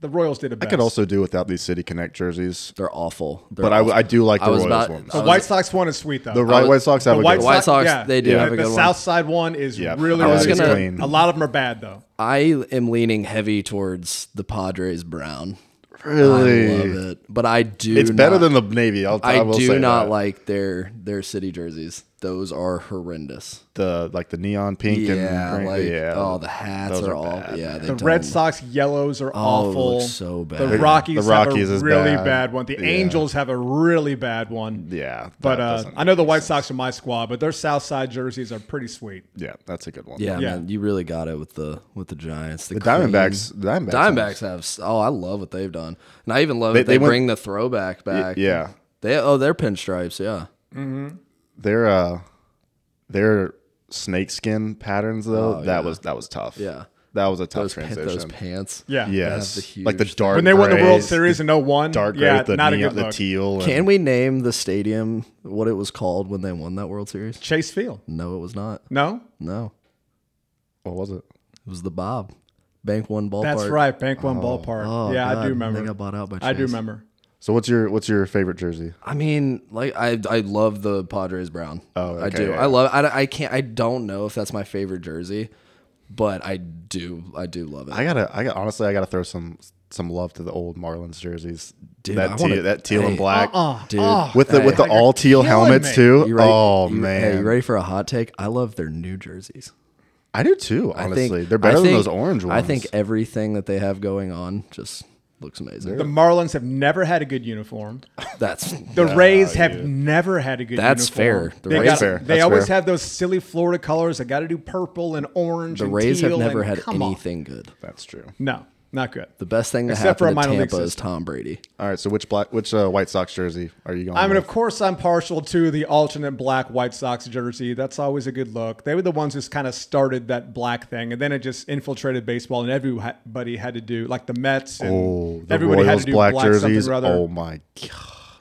S2: the Royals did it best.
S3: I could also do without these City Connect jerseys.
S4: They're awful. They're
S3: But I,
S4: awful.
S3: I do like the
S4: I was
S3: Royals
S4: about-
S3: ones.
S4: I
S2: The
S4: was-
S2: White Sox one is sweet though.
S3: the White,
S4: was-
S3: White Sox have
S2: The
S3: a
S2: White,
S3: good
S4: White
S3: one.
S2: Sox,
S4: Uh, Sox,
S2: yeah.
S4: they do
S2: The-
S4: have a
S2: the
S4: good one.
S2: South Side one is
S3: Yeah,
S2: really,
S3: I
S4: was
S2: really
S4: gonna-
S2: good. A lot of them are bad though.
S4: I am leaning heavy towards the Padres brown. I
S3: Really,
S4: love it, but I do.
S3: it's better
S4: not-
S3: than the Navy. I'll, I,
S4: I
S3: will
S4: do
S3: say
S4: not
S3: that.
S4: like their their city jerseys. Those are horrendous.
S3: the like the neon pink
S4: Yeah,
S3: and green.
S4: like
S3: yeah.
S4: oh, the hats
S3: those
S4: are,
S3: are
S4: all
S3: bad,
S4: yeah. They
S2: The
S4: don't-
S2: Red Sox yellows are
S4: Oh, it
S2: awful.
S4: looks so bad.
S2: The
S4: The
S2: Rockies,
S3: Rockies
S2: have a
S3: is
S2: really bad.
S3: bad.
S2: one. The
S3: Yeah.
S2: Angels have a really bad one.
S3: yeah. that
S2: But uh,
S3: doesn't-
S2: I know the White Sox are my squad, but their South Side jerseys are pretty sweet.
S3: Yeah, that's a good one.
S4: Yeah,
S2: Yeah.
S4: man, you really got it with the with the Giants. The,
S3: the
S4: clean-
S3: Diamondbacks. The Diamondbacks.
S4: Diamondbacks have s- oh, I love what they've done, and I even love
S3: They-
S4: that they,
S3: they went-
S4: bring the throwback back.
S3: yeah.
S4: they oh they're pinstripes. Yeah,
S3: Their uh, their snakeskin patterns though. that was that was tough.
S4: Oh, Yeah.
S3: that was a tough
S4: those, pa-
S3: transition.
S4: those pants.
S2: Yeah.
S3: Yes,
S4: They have the
S3: like the
S4: huge-
S3: dark.
S2: When they won the World
S3: grays,
S2: Series in 01,
S3: dark gray
S2: yeah,
S3: with the,
S2: not a
S3: neon-
S2: good
S3: the
S2: look.
S3: teal. and-
S4: Can we name the stadium what it was called when they won that World Series?
S2: Chase Field.
S4: No, it was not.
S2: No,
S4: No,
S3: what was it?
S4: it was the Bob Bank One Ballpark.
S2: that's right. Bank One Ballpark.
S4: Oh,
S2: yeah, I
S4: God,
S2: do
S4: They
S2: remember.
S4: got bought out by.
S2: I do
S4: Chase.
S2: remember.
S3: So what's your what's your favorite jersey?
S4: I mean, like I I love the Padres brown.
S3: Oh,
S4: I
S3: okay,
S4: do.
S3: yeah.
S4: I love. I, I can't. I don't know if that's my favorite jersey, but I do. I do love it.
S3: I gotta I got honestly I gotta throw some some love to the old Marlins jerseys.
S4: Dude, I
S3: that teal,
S4: wanna-
S3: that teal
S4: hey. uh-uh.
S3: and black
S4: Dude,
S3: with the with the
S2: Like, you're
S3: all teal
S2: killing
S3: helmets
S2: me.
S3: too.
S4: You ready-
S3: oh
S4: you-
S3: man,
S4: hey, you ready for a hot take? I love their new jerseys.
S3: I do too.
S4: I
S3: Honestly,
S4: think
S3: they're better
S4: I
S3: than
S4: think-
S3: those orange ones.
S4: I think everything that they have going on just looks amazing.
S2: The Marlins have never had a good uniform.
S4: that's
S2: The Rays have never had a good
S4: That's
S2: uniform.
S4: fair. The
S2: they
S4: Rays-
S2: got-
S3: Fair.
S2: They
S3: That's
S2: always
S3: fair.
S2: have those silly Florida colors. I got to do purple and orange.
S4: the
S2: and
S4: Rays have
S2: teal
S4: never
S2: and-
S4: had
S2: come on.
S4: anything good.
S3: that's true.
S2: No, not good.
S4: The best thing that
S2: Except for a
S4: happened to
S2: minor league
S4: Tampa is
S2: system.
S4: Tom Brady.
S3: All right, so which black which uh, White Sox jersey are you going?
S2: I mean,
S3: with?
S2: of course, I'm partial to the alternate black White Sox jersey. That's always a good look. They were the ones who kind of started that black thing, and then it just infiltrated baseball, and everybody had to do like the Mets. And
S3: oh, the
S2: everybody
S3: Royals
S2: had to do
S3: black,
S2: black
S3: jerseys.
S2: something or other.
S3: Oh my god,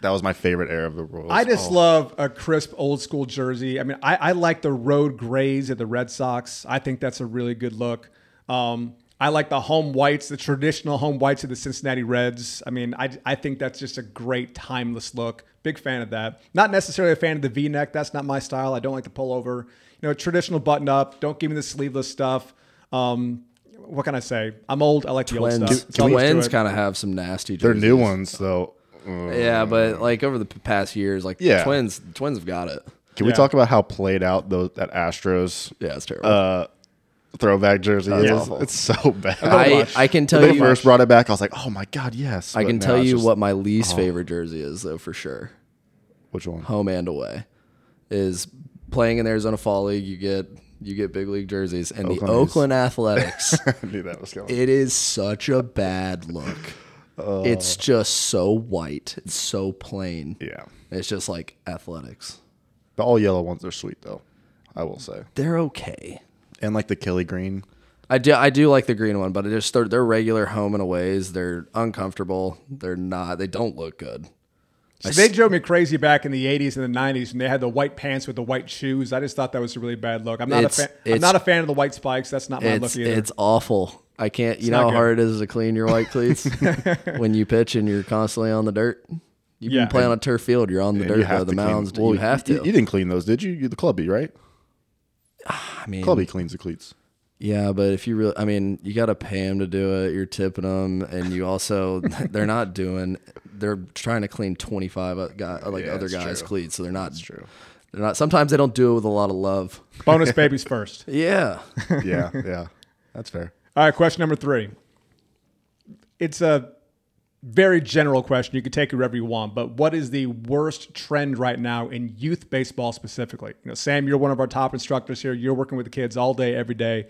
S3: that was my favorite era of the Royals. Oh.
S2: I just love a crisp old school jersey. I mean, I, I like the road grays of the Red Sox. I think that's a really good look. Um, I like the home whites, the traditional home whites of the Cincinnati Reds. I mean, I, I think that's just a great timeless look. Big fan of that. Not necessarily a fan of the V-neck. That's not my style. I don't like the pullover. You know, traditional button-up. Don't give me the sleeveless stuff. Um, what can I say? I'm old. I like the old
S4: Twins,
S2: stuff. That's all there is to
S4: twins
S2: it.
S4: kind of have some nasty.
S3: They're
S4: Jerseys.
S3: new ones though. Uh,
S4: Yeah, but like over the p- past years, like
S3: Yeah.
S4: the twins, the twins have got it.
S3: Can we
S2: Yeah.
S3: talk about how played out those that Astros
S4: Yeah, it's
S3: Uh,
S4: terrible.
S3: throwback jersey is?
S4: awful.
S3: It's so bad.
S4: I, I can tell
S3: when they
S4: you.
S3: first brought it back, I was like, "Oh my god, yes!"
S4: I
S3: But
S4: can
S3: now
S4: tell
S3: it's
S4: you
S3: just-
S4: what my least favorite jersey is, though, for sure.
S3: Which one?
S4: Home and away is playing in the Arizona Fall League. You get you get big league jerseys, and the
S3: Oakland A's.
S4: Oakland Athletics.
S3: I knew that was going.
S4: it is such a bad look.
S3: Oh.
S4: It's just so white. It's so plain.
S3: Yeah,
S4: It's just like athletics.
S3: the all yellow ones are sweet though. I will say,
S4: They're okay.
S3: and like the Kelly green.
S4: I do I do like the green one, but it just they're, they're regular home and aways. They're uncomfortable. They're not. They don't look good.
S2: So they drove me crazy back in the 80s and the 90s when they had the white pants with the white shoes. I just thought that was a really bad look. I'm not
S4: It's-
S2: a fan. I'm
S4: it's-
S2: not a fan of the white spikes. That's not my look
S4: It's
S2: either.
S4: it's awful. I can't. You
S2: not
S4: know how
S2: good.
S4: hard it is to clean your white cleats when you pitch and you're constantly on the dirt. You
S2: Yeah.
S4: can play on a turf field. You're on the
S3: And you
S4: dirt
S3: have
S4: by the
S3: to clean-
S4: mounds.
S3: well,
S4: you have to.
S3: You, didn't clean those, did you? You the clubby, right?
S4: I mean,
S3: Clubby cleans the cleats.
S4: yeah, but if you really, I mean, you got to pay them to do it. You're tipping them, and you also they're not doing. They're trying to clean 25 o- guy, like
S3: Yeah,
S4: other
S3: that's
S4: guys'
S3: true.
S4: cleats, so they're not.
S3: true.
S4: They're not. Sometimes they don't do it with a lot of love.
S2: Bonus babies first.
S4: Yeah.
S3: yeah, yeah, that's fair.
S2: All right, question number three. It's a very general question. You can take it wherever you want, but what is the worst trend right now in youth baseball specifically? You know, Sam, you're one of our top instructors here. You're working with the kids all day, every day.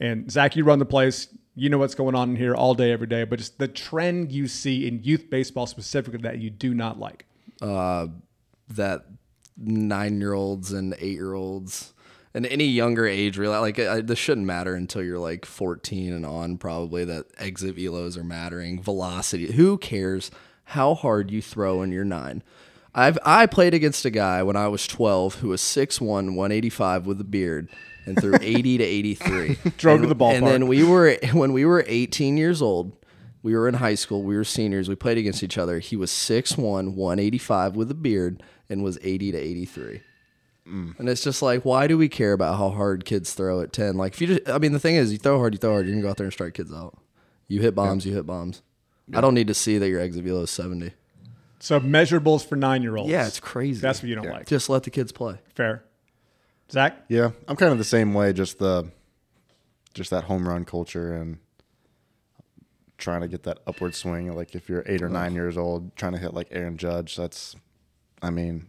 S2: And Zach, you run the place. You know what's going on in here all day, every day. But just the trend you see in youth baseball specifically that you do not like.
S4: that nine year olds and eight year olds and any younger age really like I, this shouldn't matter until you're like 14 and on probably that exit velos are mattering velocity who cares how hard you throw in your nine I've I played against a guy when I was 12 who was 6'1 185 with a beard and threw 80 to 83
S2: Drove to
S4: And-
S2: the ballpark.
S4: and then we were when we were 18 years old we were in high school we were seniors we played against each other he was 6'1 185 with a beard and was 80 to 83 and it's just like why do we care about how hard kids throw at 10 like if you just i mean the thing is you throw hard you throw hard you're gonna go out there and strike kids out you hit bombs you hit bombs i don't need to see that your exit velo is 70
S2: So measurables for nine year olds.
S4: yeah it's crazy
S2: That's what you don't like.
S4: just let the kids play
S2: Fair. Zach?
S3: Yeah, I'm kind of the same way. Just the, just that home run culture and trying to get that upward swing. Like if you're eight or nine years old, trying to hit like Aaron Judge. That's, I mean,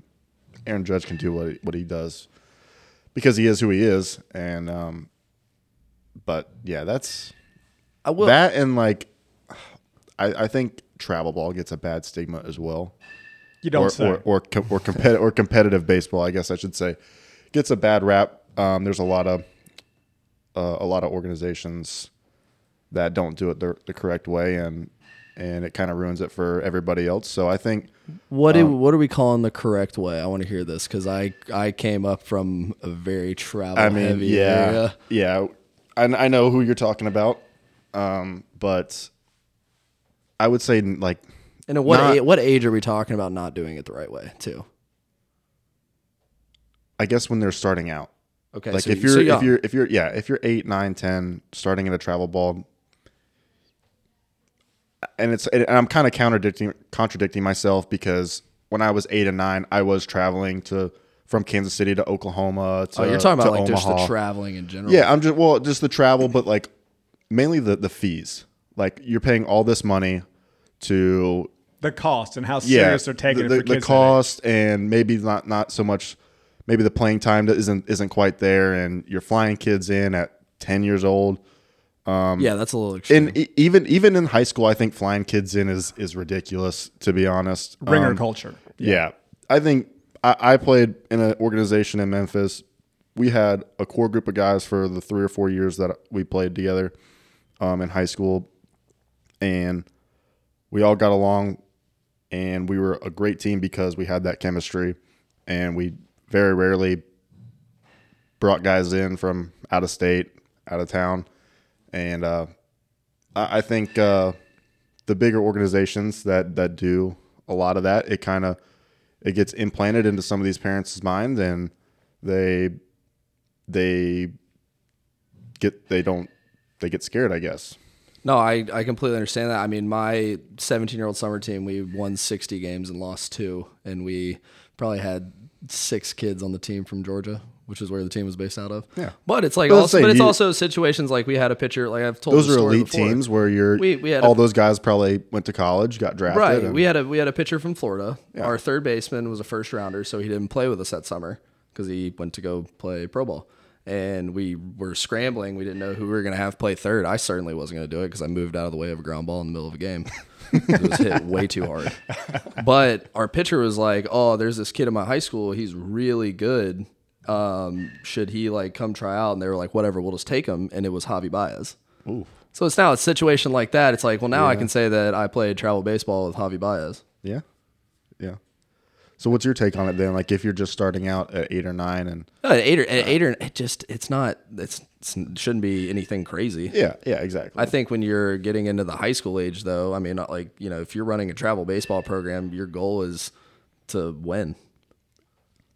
S3: Aaron Judge can do what he, what he does because he is who he is. And, um, but yeah, that's
S4: i will
S3: that and like, I, I think travel ball gets a bad stigma as well
S2: You don't
S3: or,
S2: say.
S3: Or, or, com- or, competi- or competitive baseball, I guess I should say, gets a bad rap. Um, there's a lot of uh, a lot of organizations that don't do it the, the correct way, and and it kind of ruins it for everybody else. So I think
S4: What do,
S3: Um,
S4: what are we calling the correct way? I want to hear this because I I came up from a very travel
S3: I mean,
S4: heavy
S3: yeah,
S4: area.
S3: yeah. I, I know who you're talking about, um, but I would say like
S4: And at what
S3: Not-
S4: a- what age are we talking about not doing it the right way too?
S3: I guess when they're starting out,
S4: Okay,
S3: like
S4: so
S3: if
S4: you-
S3: you're
S4: so
S3: if
S4: young.
S3: you're if you're yeah if you're eight nine ten starting at a travel ball and it's and i'm kind of contradicting contradicting myself because when i was eight and nine i was traveling to from kansas city to oklahoma to
S4: oh, you're talking
S3: uh, to
S4: about like just the
S3: Omaha.
S4: traveling in general.
S3: yeah i'm just well just the travel but like mainly the the fees like you're paying all this money to
S2: the cost and how
S3: yeah,
S2: serious they're taking
S3: the,
S2: it
S3: the,
S2: for
S3: the
S2: kids
S3: cost and maybe not not so much maybe the playing time that isn't isn't quite there and you're flying kids in at 10 years old
S4: yeah, that's a little extreme.
S3: and e- even even in high school I think flying kids in is is ridiculous to be honest
S2: today. ringer
S3: Um,
S2: culture.
S3: yeah. I think I, I played in an organization in Memphis. We had a core group of guys for the three or four years that we played together um, in high school, and we all got along, and we were a great team because we had that chemistry, and we very rarely brought guys in from out of state, out of town, and uh, I, I think uh, the bigger organizations that that do a lot of that, it kind of it gets implanted into some of these parents' minds, and they they get they don't they get scared, I guess.
S4: No, I, I completely understand that. I mean, my 17 year old summer team, we won 60 games and lost two. And we probably had six kids on the team from Georgia, which is where the team was based out of.
S3: Yeah.
S4: But it's like,
S3: But let's
S4: also,
S3: say
S4: but it's
S3: you-
S4: also situations like we had a pitcher, like I've told
S3: Those
S4: the
S3: are
S4: story
S3: elite
S4: before.
S3: teams where you're
S4: We- we had a-
S3: all those guys probably went to college, got drafted.
S4: Right.
S3: and-
S4: We had a we had a pitcher from Florida. Our third baseman was a first rounder, so he didn't play with us that summer because he went to go play pro ball. And we were scrambling. We didn't know who we were going to have play third. I certainly wasn't going to do it because I moved out of the way of a ground ball in the middle of a game. it was hit way too hard. But our pitcher was like, "Oh, there's this kid in my high school. He's really good. Um, should he like come try out?" And they were like, "Whatever, we'll just take him." And it was Javi Baez. So it's now a situation like that. It's like, well, now I can say that I played travel baseball with Javi Baez.
S3: Yeah. Yeah. So what's your take on it then? Like if you're just starting out at eight or nine and
S4: No, at eight or at eight or it just it's not it's, it's it shouldn't be anything crazy.
S3: Yeah, yeah, exactly.
S4: I think when you're getting into the high school age, though, I mean, not like you know, if you're running a travel baseball program, your goal is to win.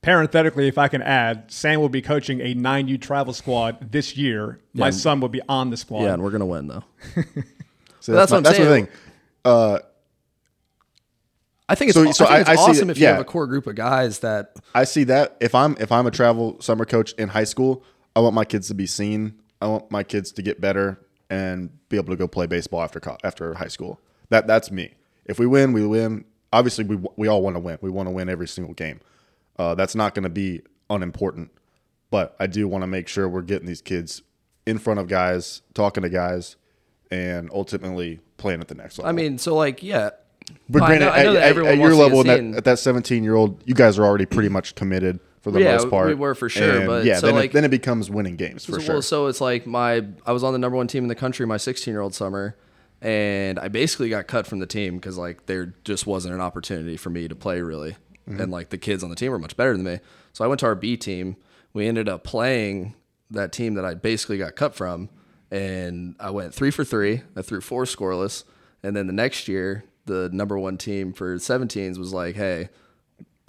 S2: Parenthetically, if I can add, Sam will be coaching a 9U travel squad this year. My son will be on the squad.
S4: Yeah, and we're gonna win though.
S3: So
S4: that's
S3: my-
S4: what I'm
S3: that's
S4: saying.
S3: the thing.
S4: I think it's
S3: So-
S4: aw-
S3: so
S4: I think
S3: I-
S4: it's
S3: I see
S4: awesome
S3: that-
S4: if you have
S3: yeah.
S4: a core group of guys that
S3: I see that if I'm if I'm a travel summer coach in high school, I want my kids to be seen. I want my kids to get better and be able to go play baseball after co- after high school. That that's me. If we win, we win. Obviously, we we all want to win. We want to win every single game. Uh, that's not going to be unimportant, but I do want to make sure we're getting these kids in front of guys, talking to guys, and ultimately playing at the next level.
S4: I mean, so like yeah.
S3: But
S4: Well, I
S3: granted,
S4: know- I know
S3: at,
S4: that
S3: at-
S4: everyone
S3: at your
S4: wants to
S3: level,
S4: get
S3: at
S4: seen.
S3: that, at that 17 year old, you guys are already pretty much committed for the
S4: Yeah, we
S3: most part.
S4: were for sure,
S3: And
S4: but
S3: yeah,
S4: so,
S3: then,
S4: like-
S3: it, then it becomes winning games for
S4: So-
S3: sure.
S4: Well, so it's like my I was on the number one team in the country my 16 year old summer, and I basically got cut from the team because like there just wasn't an opportunity for me to play really,
S3: Mm-hmm.
S4: and like the kids on the team were much better than me. So I went to our B team. We ended up playing that team that I basically got cut from, and I went three for three. I threw four scoreless, and then the next year the number one team for 17s was like, hey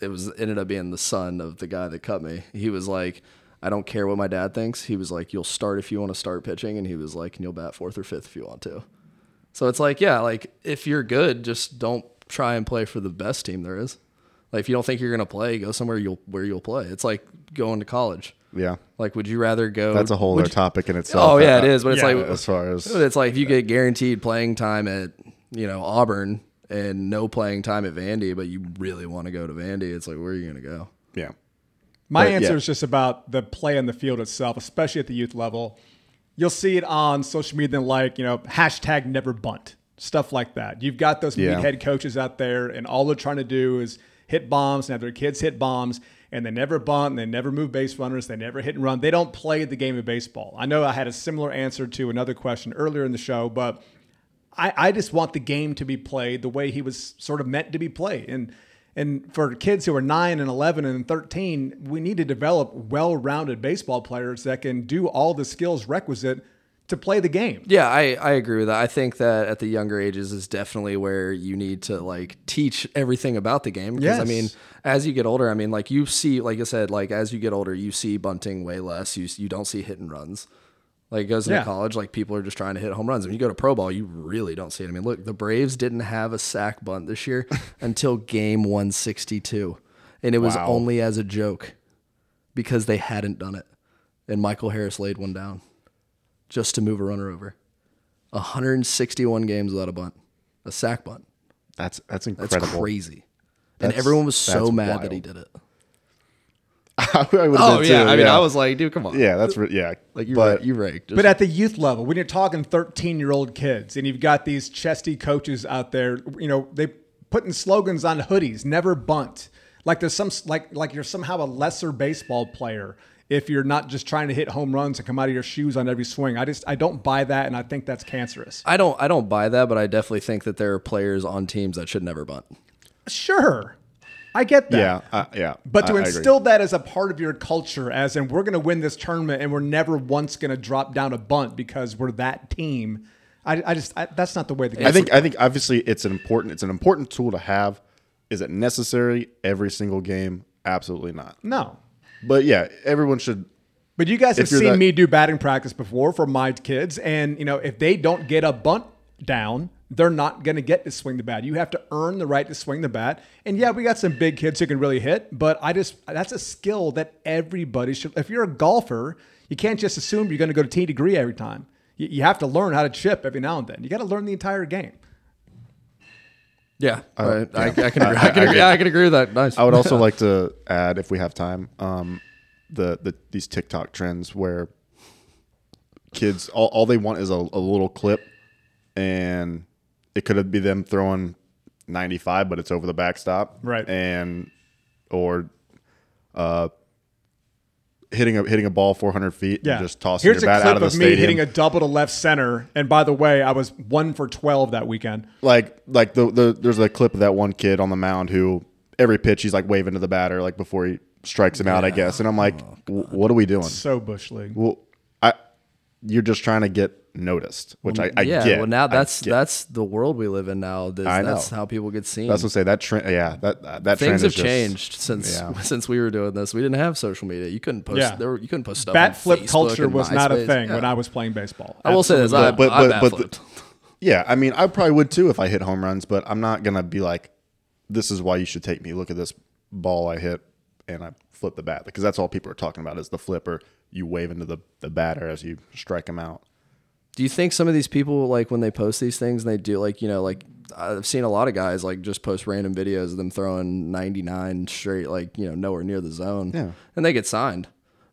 S4: it was ended up being the son of the guy that cut me. He was like, I don't care what my dad thinks. He was like, You'll start if you want to start pitching, and he was like, and you'll bat fourth or fifth if you want to. So it's like, yeah, like if you're good, just don't try and play for the best team there is. Like if you don't think you're gonna play, go somewhere you'll where you'll play. It's like going to college.
S3: yeah,
S4: Like, would you rather go?
S3: that's a whole
S4: would
S3: other
S4: you-
S3: topic in itself.
S4: Oh yeah, it
S3: Uh,
S4: is. But it's
S2: Yeah.
S4: like
S3: As far as
S4: but it's like if you get guaranteed playing time at you know Auburn and no playing time at Vandy, but you really want to go to Vandy, it's like where are you gonna go?
S3: yeah,
S2: My
S3: But, yeah.
S2: answer is just about the play on the field itself, especially at the youth level. You'll see it on social media, like, you know, hashtag never bunt, stuff like that. You've got those
S3: Yeah.
S2: meathead coaches out there, and all they're trying to do is hit bombs and have their kids hit bombs, and they never bunt, and they never move base runners, they never hit and run. They don't play the game of baseball. I know I had a similar answer to another question earlier in the show, but I, I just want the game to be played the way he was sort of meant to be played. And and for kids who are nine and eleven and thirteen, we need to develop well-rounded baseball players that can do all the skills requisite to play the game.
S4: Yeah, I, I agree with that. I think that at the younger ages is definitely where you need to like teach everything about the game. Because I
S2: Yes.
S4: mean, as you get older, I mean, like you see, like I said, like as you get older, you see bunting way less. You you don't see hit and runs. Like it goes into
S2: Yeah.
S4: college, like people are just trying to hit home runs. When you go to pro ball, you really don't see it. I mean, look, the Braves didn't have a sack bunt this year until game 162, and it was only as a joke because they hadn't done it. And Michael Harris laid one down just to move a runner over. 161 games without a bunt, a sack bunt.
S3: that's that's
S4: That's
S3: incredible.
S4: crazy. and
S3: That's-
S4: everyone was so
S3: that's
S4: mad that he
S3: wild.
S4: did it.
S3: I would've
S4: Oh
S3: been
S4: yeah,
S3: too,
S4: I mean, I was like, dude, come on.
S3: yeah, that's re- yeah,
S4: like you,
S3: but
S4: but, you raked. Just,
S2: But at the youth level, when you're talking 13 year old kids and you've got these chesty coaches out there, you know, they putting slogans on hoodies, never bunt. Like there's some like like you're somehow a lesser baseball player if you're not just trying to hit home runs and come out of your shoes on every swing. I just I don't buy that and I think that's cancerous.
S4: I don't, I don't buy that, but I definitely think that there are players on teams that should never bunt.
S2: Sure. I get that.
S3: Yeah, I- yeah.
S2: But to
S3: I- I agree.
S2: instill that as a part of your culture, as in we're going to win this tournament and we're never once going to drop down a bunt because we're that team. I, I just I, that's not the way the game.
S3: I think I think obviously it's an important it's an important tool to have. Is it necessary every single game? Absolutely not.
S2: no.
S3: But yeah, everyone should.
S2: But you guys have
S3: If you're
S2: seen
S3: that-
S2: me do batting practice before for my kids, and you know if they don't get a bunt down, they're not going to get to swing the bat. You have to earn the right to swing the bat. And yeah, we got some big kids who can really hit, but I just that's a skill that everybody should. If you're a golfer, you can't just assume you're going to go to T degree every time. You, you have to learn how to chip every now and then. You got to learn the entire game.
S4: Yeah, I, I, I can agree. I, can agree. I can agree with that. Nice.
S3: I would also like to add, if we have time, um, the the these TikTok trends where kids all, all they want is a, a little clip, and it could be them throwing ninety five, but it's over the backstop,
S2: Right.
S3: And or uh, hitting a hitting a ball four hundred feet,
S2: Yeah,
S3: and just tossing
S2: Here's
S3: your
S2: a
S3: bat
S2: clip
S3: out of the
S2: of me
S3: stadium.
S2: hitting a double to left center. And by the way, I was one for twelve that weekend.
S3: like like the, the there's a clip of that one kid on the mound who every pitch he's like waving to the batter like before he strikes him out i guess and i'm like
S4: Oh,
S3: "W- what are we doing
S2: So bush league.
S3: well i you're just trying to get noticed which i, I
S4: yeah.
S3: get
S4: Well, now
S3: I
S4: that's
S3: get.
S4: that's the world we live in now. This,
S3: I
S4: that's
S3: know.
S4: how people get seen.
S3: that's what i say that trend yeah that that that trend
S4: Things
S3: is
S4: have
S3: just-
S4: changed since
S3: yeah.
S4: since we were doing this. We didn't have social media. You couldn't post.
S2: Yeah.
S4: There were, you couldn't post stuff.
S2: bat
S4: on
S2: flip
S4: Facebook
S2: culture
S4: and
S2: was not a
S4: MySpace.
S2: thing
S4: Yeah.
S2: when I was playing baseball.
S4: I will say this. I,
S3: Absolutely. But-
S4: I
S3: but- but-
S4: bat-flipped.
S3: yeah i mean i probably would too if i hit home runs but i'm not gonna be like this is why you should take me look at this ball i hit and i flip the bat because that's all people are talking about is the flipper you wave into the, the batter as you strike him out
S4: Do you think some of these people, like when they post these things, and they do like you know, like I've seen a lot of guys like just post random videos of them throwing 99 straight, like you know, nowhere near the zone,
S3: Yeah.
S4: and they get signed.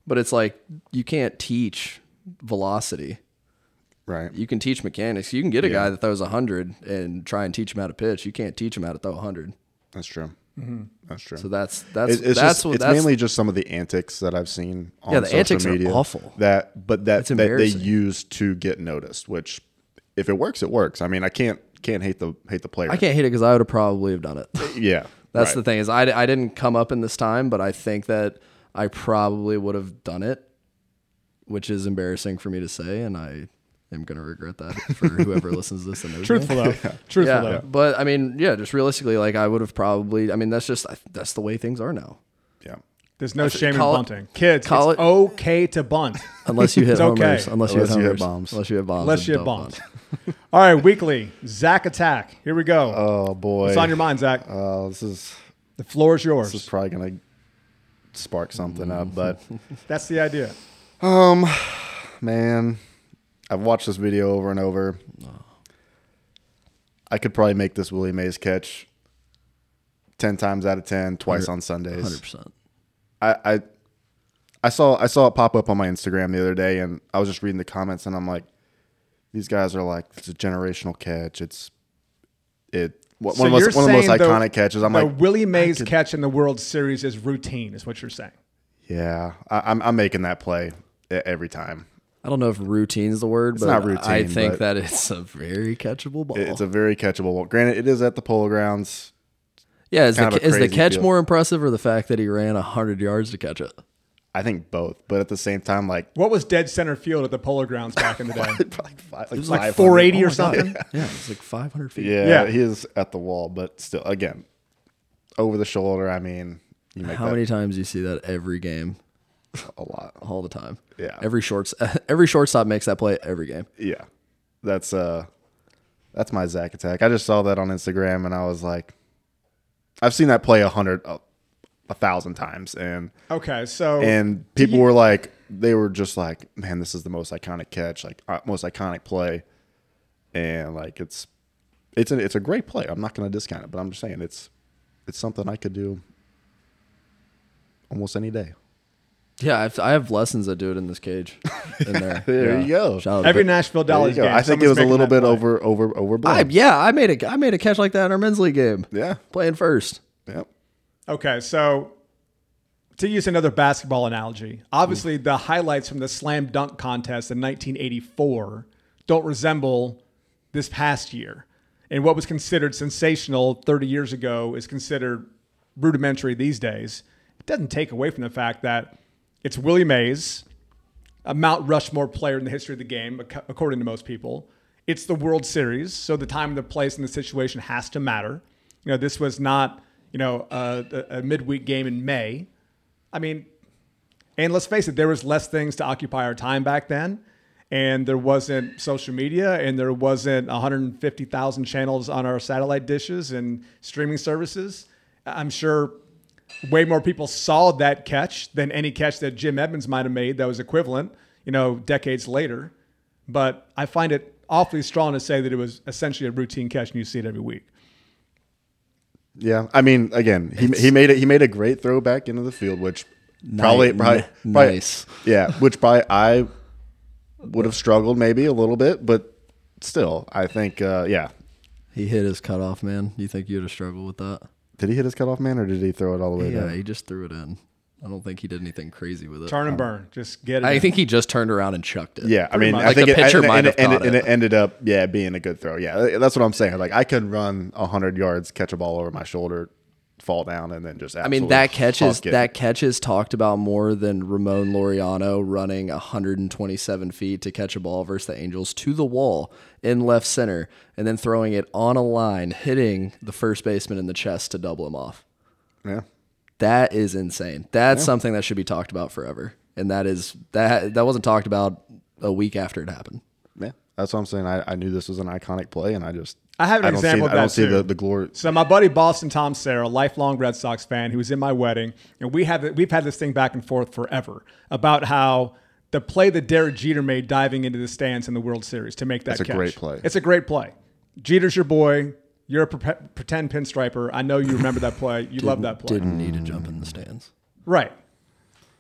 S4: But it's like you can't teach velocity.
S3: right
S4: You can teach mechanics. You can get a guy that throws 100 and try and teach him how to pitch. You can't teach him how to throw 100.
S3: That's true. That's true.
S4: So that's that's
S3: It- it's
S4: that's
S3: just,
S4: what
S3: it's
S4: that's
S3: mainly just some of the antics that I've seen on
S4: Yeah, the
S3: social
S4: antics are
S3: media.
S4: awful.
S3: That but that,
S4: It's
S3: that they
S4: embarrassing.
S3: use to get noticed, which if it works, it works. I mean, I can't can't hate the hate the player.
S4: I can't hate it because I would have probably have done it.
S3: Yeah.
S4: That's
S3: right.
S4: the thing is I, I didn't come up in this time, but I think that I probably would have done it, which is embarrassing for me to say, and I am gonna regret that for whoever listens to this. And knows me.
S2: Truthful though, truthful
S4: yeah.
S2: though.
S4: But I mean, yeah, just realistically, like I would have probably. I mean, that's just I- that's the way things are now.
S3: Yeah.
S2: There's no shame
S4: call it-
S2: in bunting. Kids,
S4: call
S2: it's
S4: it-
S2: okay to bunt
S4: Unless you hit
S2: It's okay.
S4: homers, unless, you hit
S3: Unless you hit
S4: homers,
S3: bombs.
S4: unless you hit bombs,
S2: unless
S4: and
S2: you
S4: don't
S2: bunt. All right, weekly Zach attack. Here we go.
S3: Oh boy.
S2: What's on your mind, Zach?
S3: Uh, this is
S2: the floor is yours.
S3: this is probably gonna spark something
S4: Mm-hmm.
S3: up, but
S2: That's the idea.
S3: man, I've watched this video over and over. I could probably make this Willie Mays catch ten times out of ten, twice on Sundays.
S4: Hundred percent.
S3: I, I I saw I saw it pop up on my Instagram the other day, and I was just reading the comments, and I'm like, these guys are like, it's a generational catch. It's it one
S2: So
S3: of the most,
S2: you're
S3: one of the most
S2: saying the-
S3: iconic catches. I'm
S2: the
S3: like,
S2: Willie Mays catch in the World Series is routine, is what you're saying.
S3: yeah, I, I'm I'm making that play e- every time.
S4: I don't know if routine's the word, but
S3: not
S4: I
S3: routine,
S4: think
S3: but-
S4: that it's a very catchable ball.
S3: It-
S2: Oh.
S3: It's a very catchable. ball. Granted, it is at the Polo Grounds.
S4: yeah, is the,
S3: kind of a
S4: is the
S3: crazy
S4: catch
S3: field.
S4: more impressive or the fact that he ran 100 yards to catch it?
S3: I think both, but at the same time, like
S2: What was dead center field at the Polo Grounds back in the day?
S3: probably five, like,
S2: like
S3: 500.
S2: 480 or
S4: Oh my God.
S2: something.
S4: Yeah, it's like 500 feet.
S3: Yeah,
S2: Yeah.
S3: he is at the wall, but still, again, over the shoulder. I mean, you make
S4: How
S3: that
S4: many times do you see that every game,
S3: a lot.
S4: all the time?
S3: Yeah.
S4: Every shorts, every shortstop makes that play every game.
S3: Yeah, that's uh, that's my Zach attack. I just saw that on Instagram, and I was like, I've seen that play a hundred, a, a thousand times, and
S2: Okay, so
S3: and people were like, they were just like, man, this is the most iconic catch, like uh, most iconic play, and like it's, it's a it's a great play. I'm not gonna discount it, but I'm just saying it's, it's something I could do. Almost any day.
S4: Yeah, I have, I have lessons that do it in this cage. In there.
S3: There
S4: Yeah.
S3: you go.
S4: Shout out to
S2: every
S4: Vic-
S2: Nashville
S3: There you
S2: Dollars
S3: go.
S2: game.
S3: I think
S2: someone's
S3: it was a
S2: making
S3: little
S2: that
S3: bit
S2: play.
S3: over over overblown.
S4: I, yeah, I made a I made a catch like that in our men's league game.
S3: Yeah.
S4: Playing first.
S3: Yep.
S2: Okay, so to use another basketball analogy, obviously the highlights from the slam dunk contest in 1984 don't resemble this past year. And what was considered sensational 30 years ago is considered rudimentary these days, it doesn't take away from the fact that it's Willie Mays, a Mount Rushmore player in the history of the game, ac- according to most people. It's the World Series, so the time, the place, and the situation has to matter. You know, this was not, you know, a, a a midweek game in May. I mean, and let's face it, there was less things to occupy our time back then. And there wasn't social media, and there wasn't 150,000 channels on our satellite dishes and streaming services. I'm sure way more people saw that catch than any catch that Jim Edmonds might have made that was equivalent, you know, decades later. But I find it awfully strong to say that it was essentially a routine catch, and you see it every week.
S3: Yeah, I mean, again, he, he made it. He made a great throw back into the field, which probably, probably,
S4: n-
S3: probably-
S4: nice.
S3: Yeah, which probably I would have struggled maybe a little bit, but still, I think, uh, yeah.
S4: He hit his cutoff, man. You think you'd have struggled with that?
S3: Did he hit his cutoff man, or did he throw it all the way
S4: Yeah,
S3: down?
S4: he just threw it in. I don't think he did anything crazy with it.
S2: Turn and burn, just get it.
S4: Uh, I
S2: in.
S4: think he just turned around and chucked it.
S3: Yeah, I mean,
S4: much.
S3: I
S4: Like,
S3: think
S4: the
S3: it,
S4: pitcher
S3: and,
S4: might
S3: and,
S4: have
S3: and,
S4: caught
S3: and
S4: it.
S3: it ended up, yeah, being a good throw. Yeah, that's what I'm saying. Like I could run hundred yards, catch a ball over my shoulder, fall down, and then just.
S4: I mean,
S3: Absolutely
S4: that catch is
S3: huck it.
S4: that catch is talked about more than Ramon Laureano running 127 feet to catch a ball versus the Angels to the wall in left center, and then throwing it on a line, hitting the first baseman in the chest to double him off.
S3: Yeah.
S4: That is insane. That's something that should be talked about forever. And that is that that wasn't talked about a week after it happened.
S3: Yeah, that's what I'm saying. I, I knew this was an iconic play, and I just
S2: I have an
S3: don't
S2: example
S3: See,
S2: of
S3: I don't
S2: that,
S3: see
S2: too.
S3: the, the glory.
S2: So my buddy Boston Tom Sarah, lifelong Red Sox fan, who was in my wedding, and we have we've had this thing back and forth forever about how the play that Derek Jeter made diving into the stands in the World Series to make that
S3: That's a
S2: catch.
S3: great play.
S2: It's a great play. Jeter's your boy. You're a pre- pretend pinstriper. I know you remember that play. You love that play.
S4: Didn't need to jump in the stands.
S2: Right.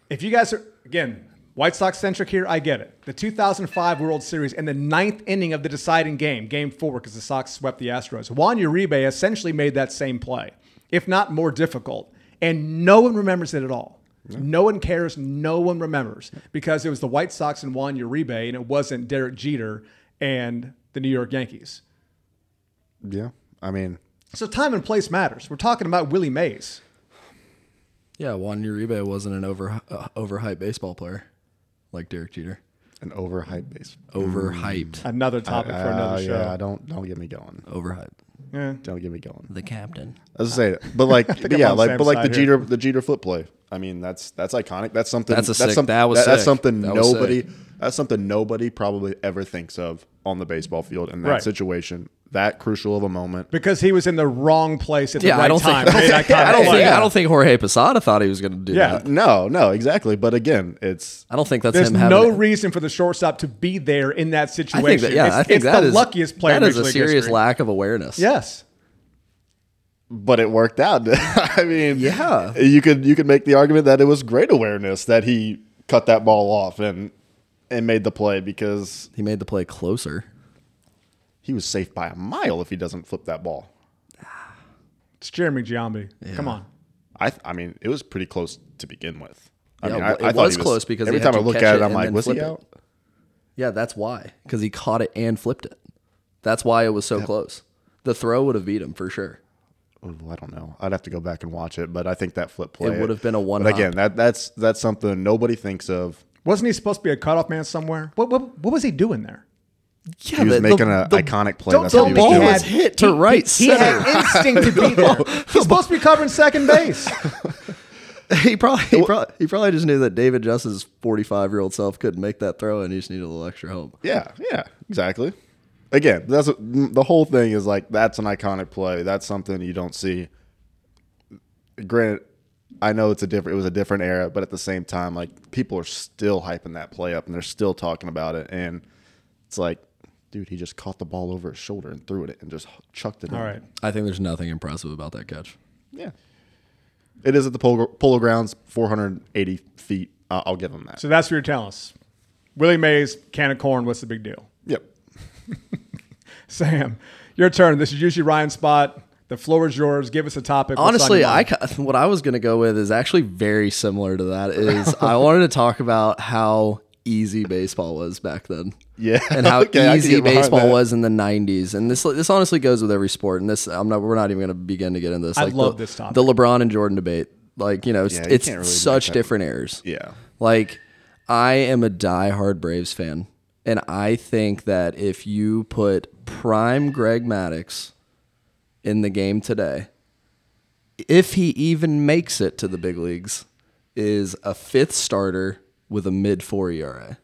S2: If you guys are, again, White Sox centric here, I get it. The 2005 World Series and the ninth inning of the deciding game, game four, because the Sox swept the Astros, Juan Uribe essentially made that same play, if not more difficult. And no one remembers it at all. No one cares. No one remembers because it was the White Sox and Juan Uribe, and it wasn't Derek Jeter and the New York Yankees.
S3: Yeah, I mean,
S2: So time and place matters. We're talking about Willie Mays.
S4: Yeah, Juan Uribe wasn't an over uh, overhyped baseball player like Derek Jeter.
S3: an overhyped base.
S4: Mm. Overhyped.
S2: Another topic for another
S3: Uh,
S2: show.
S3: Yeah, don't don't get me going.
S4: Overhyped.
S3: Don't get me going.
S4: The captain.
S3: I was gonna say, but like, but
S2: I'm
S3: yeah,
S2: on
S3: like,
S2: Sam's
S3: but like the
S2: side here.
S3: Jeter the Jeter foot play. I mean, that's that's iconic. That's something.
S4: That's a sick-
S3: something.
S4: that was
S3: that's
S4: sick.
S3: something
S4: That was sick.
S3: nobody. That's something nobody probably ever thinks of on the baseball field in that
S2: Right.
S3: situation. That crucial of a moment.
S2: Because he was in the wrong place at the
S4: Yeah,
S2: right
S4: I don't
S2: time.
S4: think I
S2: Made
S4: don't,
S2: that
S4: think, I,
S2: kind of
S4: don't think,
S2: play.
S4: I don't think Jorge Posada thought he was going to do
S2: Yeah.
S4: that.
S3: No, no, exactly. But again, it's
S4: I don't think that's
S2: There's
S4: him having
S2: no
S4: it.
S2: reason for the shortstop to be there in that
S4: I
S2: situation.
S4: think that, yeah,
S2: it's,
S4: I think
S2: it's
S4: that
S2: the
S4: is-
S2: luckiest player.
S4: That
S2: in
S4: is a
S2: Major League
S4: serious
S2: history.
S4: lack of awareness.
S2: Yes,
S3: but it worked out. I mean,
S4: Yeah.
S3: you could you could make the argument that it was great awareness that he cut that ball off and and made the play because
S4: He made the play closer.
S3: he was safe by a mile if he doesn't flip that ball.
S2: it's Jeremy Giambi. Come on,
S3: I th- I mean, it was pretty close to begin with. I
S4: Yeah,
S3: mean,
S4: it
S3: thought
S4: was
S3: he
S4: close because
S3: every
S4: he had
S3: time I
S4: to
S3: look
S4: catch
S3: at
S4: it
S3: it, I'm
S4: and
S3: like,
S4: then
S3: was he
S4: flip it.
S3: out?
S4: Yeah, that's why. Because he caught it and flipped it. That's why it was so close. The throw would have beat him for sure.
S3: Ooh, I don't know. I'd have to go back and watch it, but I think that flip play
S4: would have been a one
S3: But
S4: hop.
S3: again, that that's that's something nobody thinks of.
S2: wasn't he supposed to be a cutoff man somewhere? What what, what was he doing there?
S4: Yeah,
S3: He was making an iconic play.
S2: Don't
S3: That's
S2: tell
S3: what
S2: me he
S3: he was doing.
S2: had-
S4: hit to right
S2: He
S4: center.
S2: had instinct to be there. He's supposed to be covering second base.
S4: he probably he, probably he probably just knew that David Justice's 45 year old self couldn't make that throw and he just needed a little extra help.
S3: Yeah, yeah, exactly. Again, that's what- the whole thing is like that's an iconic play. That's something you don't see. Granted, I know it's a different. It was a different era, but at the same time, like people are still hyping that play up and they're still talking about it. And it's like, dude, he just caught the ball over his shoulder and threw it and just chucked it.
S2: All
S3: in.
S2: right,
S4: I think there's nothing impressive about that catch.
S3: Yeah. It is at the polo, polo grounds, 480 feet. Uh, I'll give him that.
S2: so that's what you're telling us. Willie Mays, can of corn. What's the big deal?
S3: yep.
S2: Sam, your turn. This is usually Ryan's spot. The floor is yours. Give us a topic. What's on
S4: Honestly,
S2: your
S4: I
S2: mind?
S4: ca- what I was going to go with is actually very similar to that is I wanted to talk about how easy baseball was back then.
S3: Yeah.
S4: and how
S3: Okay, I can
S4: easy
S3: get behind
S4: baseball
S3: that.
S4: was in the '90s. And this this honestly goes with every sport. And this I'm not we're not even going to begin to get into this.
S2: I love
S4: the,
S2: this topic.
S4: The LeBron and Jordan debate, like you know, it's,
S3: Yeah, you
S4: it's
S3: can't really make
S4: such
S3: that-
S4: different errors.
S3: Yeah.
S4: Like I am a diehard Braves fan, and I think that if you put prime Greg Maddox in the game today, if he even makes it to the big leagues, is a fifth starter with a mid four ERA.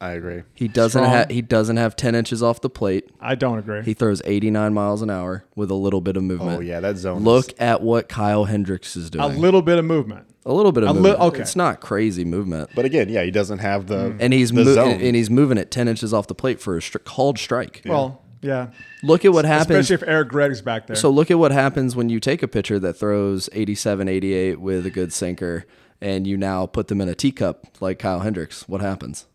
S3: I agree.
S4: He doesn't
S2: Strong.
S4: have he doesn't have ten inches off the plate.
S2: I don't agree.
S4: He throws eighty nine miles an hour with a little bit of movement.
S3: Oh yeah, that zone.
S4: Look
S3: is-
S4: at what Kyle Hendricks is doing.
S2: a little bit of movement.
S4: A little bit of
S2: a li-
S4: movement.
S2: okay.
S4: It's not crazy movement.
S3: but again, yeah, he doesn't have
S2: Mm.
S3: the
S4: and he's
S3: the
S4: mo-
S3: zone.
S4: and he's moving it ten inches off the plate for a stri- called strike.
S2: Well, yeah.
S4: Look at what happens.
S2: Especially if Eric Gregg's back there.
S4: So look at what happens when you take a pitcher that throws 87, 88 with a good sinker, and you now put them in a teacup like Kyle Hendricks. What happens?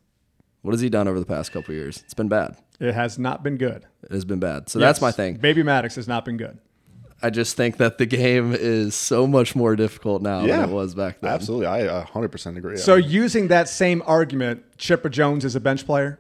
S4: What has he done over the past couple of years? It's been bad.
S2: it has not been good.
S4: It has been bad. So
S2: Yes.
S4: that's my thing.
S2: Baby Maddox has not been good.
S4: I just think that the game is so much more difficult now
S3: yeah,
S4: than it was back then.
S3: Absolutely, I 100 percent agree.
S2: So using that same argument, Chipper Jones is a bench player.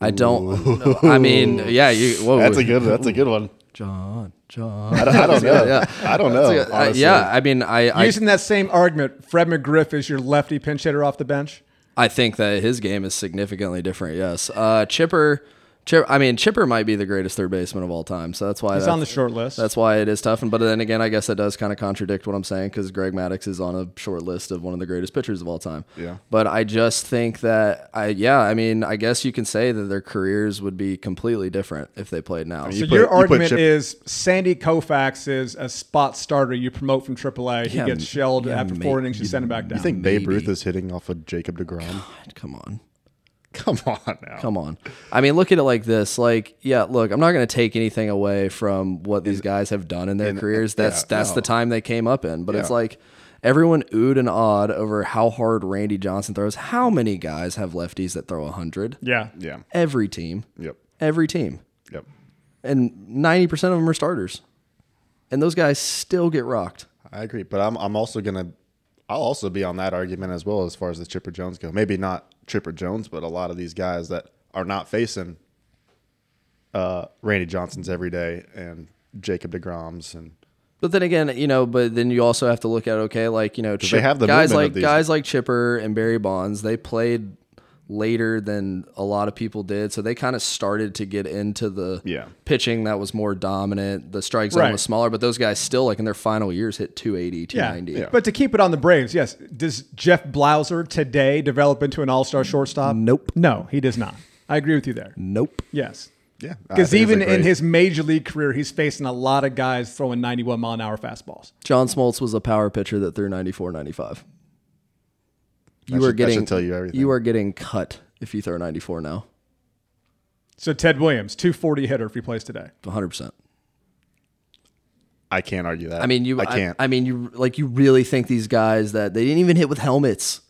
S4: I don't. no, I mean, yeah, you. Whoa,
S3: that's a good. That's a good one.
S4: John. John.
S3: I don't, I don't know. I don't know.
S4: I-
S3: honestly.
S4: yeah, I mean, I, I
S2: using that same argument, Fred McGriff is your lefty pinch hitter off the bench.
S4: I think that his game is significantly different. Yes, uh, Chipper. Chip, I mean, Chipper might be the greatest third baseman of all time, so that's why
S2: He's
S4: that's,
S2: on the short list.
S4: That's why it is tough. And but then again, I guess that does kind of contradict what I'm saying because Greg Maddox is on a short list of one of the greatest pitchers of all time.
S3: Yeah.
S4: But I just think that I yeah, I mean, I guess you can say that their careers would be completely different if they played now.
S2: so
S3: put- you
S2: your
S3: put
S2: argument
S3: Chip-
S2: is Sandy Koufax is a spot starter you promote from AAA.
S4: Yeah,
S2: he gets shelled
S4: yeah,
S2: after
S4: mate.
S2: four innings, you send him back down.
S3: You think Babe Ruth is hitting off of Jacob Degrom?
S4: Come on.
S3: Come on now.
S4: Come on. I mean, look at it like this. Like, yeah, look, I'm not going to take anything away from what these guys have done in their careers. That's that's the time they came up in. But it's
S3: Yeah.
S4: like everyone oohed and awed over how hard Randy Johnson throws. How many guys have lefties that throw 100?
S2: yeah.
S3: Yeah.
S4: Every team.
S3: Yep.
S4: Every team.
S3: Yep.
S4: And 90% of them are starters. And those guys still get rocked.
S3: I agree, but I'm I'm also gonna I'll also be on that argument as well as far as the Chipper Jones go. Maybe not Chipper Jones, but a lot of these guys that are not facing uh, Randy Johnson's every day and Jacob Degrom's and
S4: But then again, you know, but then you also have to look at okay, like you know, Chip-
S3: have the
S4: guys
S3: movement
S4: like
S3: of these-
S4: guys like Chipper and Barry Bonds. They played later than a lot of people did, so they kind of started to get into the
S3: Yeah.
S4: pitching that was more dominant. The strike zone
S2: Right.
S4: was smaller, but those guys still like in their final years hit 280, 290.
S2: But to keep it on the Braves, yes. Does Jeff Blauser today develop into an all star shortstop?
S4: Nope.
S2: No, he does not. I agree with you there.
S4: Nope.
S2: Yes.
S3: yeah,
S4: Uh,
S3: I
S2: Because
S3: think it's a
S2: even in
S3: great-
S2: his major league career, he's facing a lot of guys throwing 91 mile an hour fastballs.
S4: John Smoltz was a power pitcher that threw 94, 95. You
S3: That
S4: are
S3: should- that should
S4: getting
S3: tell you everything.
S4: are getting cut if you throw 94 now,
S2: So Ted Williams, 240 hitter if he plays today.
S4: 100. percent
S3: I can't argue that.
S4: I mean, you.
S3: I can't.
S4: I, mean, you. Like, you really think these guys that they didn't even hit with helmets?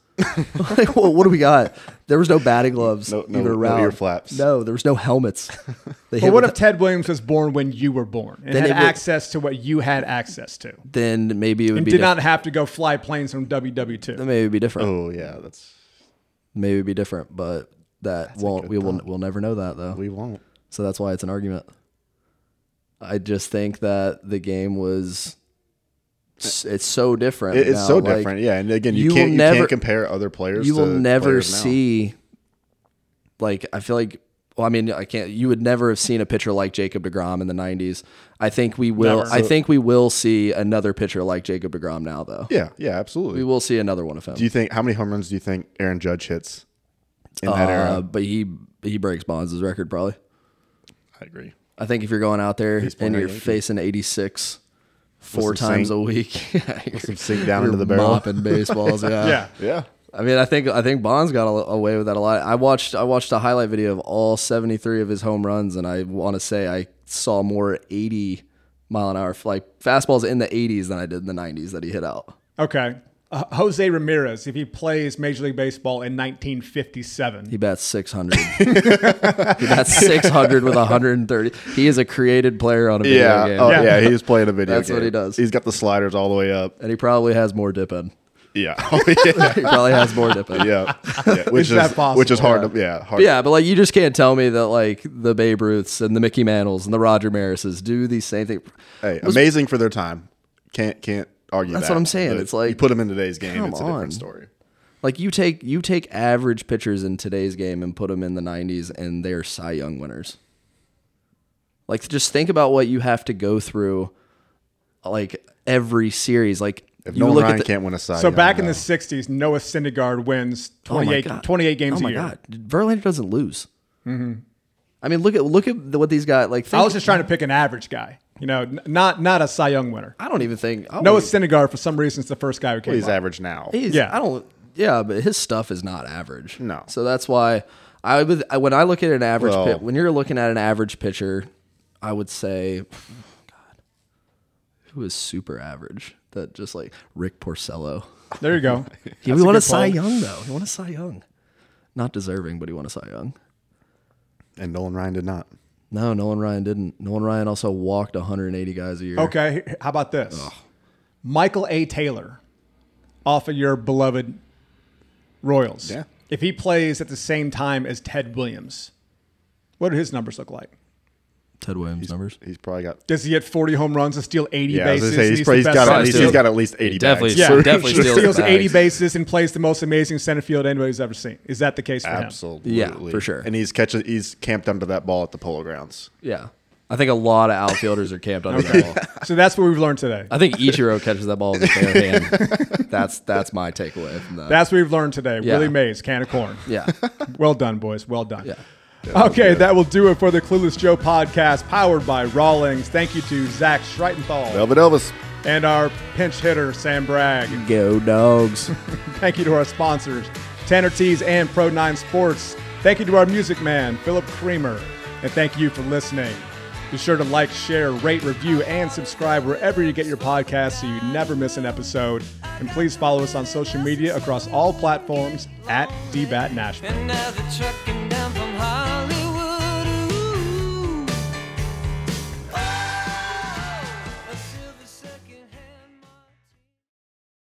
S4: like, well, what do we got? There was no batting gloves.
S3: No- no-
S4: even
S3: no
S4: around.
S3: ear flaps.
S4: No, there was no helmets. They hit
S2: But what
S4: with-
S2: if Ted Williams was born when you were born and
S4: Then
S2: had
S4: it would-
S2: access to what you had access to
S4: then maybe it would
S2: and
S4: be
S2: did
S4: diff-
S2: not have to go fly planes from WW2?
S4: Maybe it'd be different.
S3: oh yeah, that's
S4: Maybe it'd be different. But that won't. We will. We'll never know that though.
S3: we won't.
S4: So that's why it's an argument. I just think that the game was. It's so different.
S3: It- it's
S4: now,
S3: so
S4: like,
S3: different, yeah. And again, you,
S4: you will
S3: can't you
S4: never-
S3: can't compare other players.
S4: you will
S3: to
S4: never
S3: players now.
S4: see like I feel like well, I mean, I can't. You would never have seen a pitcher like Jacob Degrom in the '90s. I think we will.
S2: Never.
S4: I think we will see another pitcher like Jacob Degrom now, though.
S3: Yeah, yeah, absolutely.
S4: We will see another one of him.
S3: do you think how many home runs do you think Aaron Judge hits in that
S4: uh,
S3: era?
S4: but he he breaks Bonds' record probably.
S3: I agree.
S4: I think if you're going out there and
S3: playing
S4: you're
S3: Yankee.
S4: facing 86 four
S3: With some
S4: times
S3: sink-
S4: a week, you're,
S3: Sink down
S4: you're
S3: into the barrel.
S4: mopping baseballs.
S2: Yeah.
S3: Yeah.
S4: I mean, I think I think Bonds got a- away with that a lot. I watched I watched a highlight video of all 73 of his home runs, and I want to say I saw more 80 mile an hour like fastballs in the 80s than I did in the 90s that he hit out.
S2: Okay. Uh, Jose Ramirez, if he plays Major League Baseball in 1957,
S4: He bats 600. he bats 600 with 130. He is a created player on a video
S3: Yeah.
S4: game,
S3: Oh,
S2: Yeah.
S3: yeah. He's playing a video
S4: That's
S3: game.
S4: what he does.
S3: He's got the sliders all the way up.
S4: and he probably has more dip in.
S3: Yeah. Oh, yeah.
S4: He probably has more dip in.
S3: Yeah. Which is,
S2: that possible?
S3: which is hard to yeah, hard
S4: Yeah, but like you just can't tell me that like the Babe Ruths and the Mickey Mantles and the Roger Marises do the same thing.
S3: Hey, amazing for their time. Can't can't argue
S4: That's
S3: that.
S4: what I'm saying.
S3: But
S4: It's like-
S3: you put them in today's game,
S4: Come
S3: it's a
S4: on.
S3: different story.
S4: Like you take you take average pitchers in today's game and put them in the 90s and they're Cy Young winners. Like just think about what you have to go through like every series like
S3: If
S4: you
S3: Nolan
S4: look
S3: Ryan
S4: at the,
S3: can't win a side.
S2: So back in the 60s, Noah Syndergaard wins
S4: Oh my
S2: 28,
S4: God.
S2: 28 games
S4: Oh
S2: a
S4: my
S2: year. Mm-hmm.
S4: god, Verlander doesn't lose. I mean, look at look at the- what these guys like. Think,
S2: I was just trying to pick an average guy, you know, n- not not a Cy Young winner.
S4: I don't even think I don't
S2: Noah
S3: Oh.
S4: even-
S2: Syndergaard, for some reason, is the first guy who came
S3: he's
S2: up.
S3: average now.
S4: He's,
S2: Yeah.
S4: I don't. Yeah, but his stuff is not average.
S3: No.
S4: So that's why I would I- when I look at an average
S3: Well-
S4: pit when you're looking at an average pitcher, I would say, God, who is super average? That just like Rick Porcello.
S2: There you go.
S4: He
S2: That's a
S4: won a
S2: good
S4: Cy
S2: poll.
S4: Young though. He won a Cy Young. Not deserving, but he won a Cy Young.
S3: And Nolan Ryan did not.
S4: No, Nolan Ryan didn't. Nolan Ryan also walked 180 guys a year.
S2: Okay, h- how about this? Michael A. Taylor, off of your beloved Royals.
S3: Yeah.
S2: If he plays at the same time as Ted Williams, what do his numbers look like?
S4: Ted Williams numbers.
S3: He's probably got
S2: Does he hit 40 home runs and steal 80
S3: yeah, I was
S2: bases?
S3: gonna say,
S2: and
S3: he's,
S2: the
S3: probably, he's
S2: best
S3: got
S2: center
S3: at least,
S2: fielder?
S3: he's got at least eighty.
S5: definitely-
S3: bags.
S2: yeah,
S5: so definitely
S2: he
S5: steals
S2: steals 80
S5: bags.
S2: bases and plays the most amazing center field anybody's ever seen. Is that the case for him?
S3: Absolutely.
S4: Yeah, for sure.
S3: And he's catching he's camped under that ball at the polo grounds.
S4: Yeah. I think a lot of outfielders are camped under that ball.
S2: So that's what we've learned today.
S4: I think Ichiro catches that ball with his bare hand. That's that's my takeaway from that.
S2: That's what we've learned today.
S4: Yeah.
S2: Willie Mays, can of corn.
S4: yeah.
S2: Well done, boys. Well done.
S4: Yeah.
S2: okay, that will do it for the Clueless Joe podcast, powered by Rawlings. Thank you to Zach Schreitenthal
S3: Velvet Elvis.
S2: and our pinch hitter, Sam Bragg.
S4: Go dogs.
S2: Thank you to our sponsors, Tanner Tees and Pro9 Sports. Thank you to our music man, Philip Creamer. And thank you for listening. Be sure to like, share, rate, review, and subscribe wherever you get your podcasts so you never miss an episode. And please follow us on social media across all platforms at DBAT Nashville.
S6: And now they're trucking down from Harlem. Oh,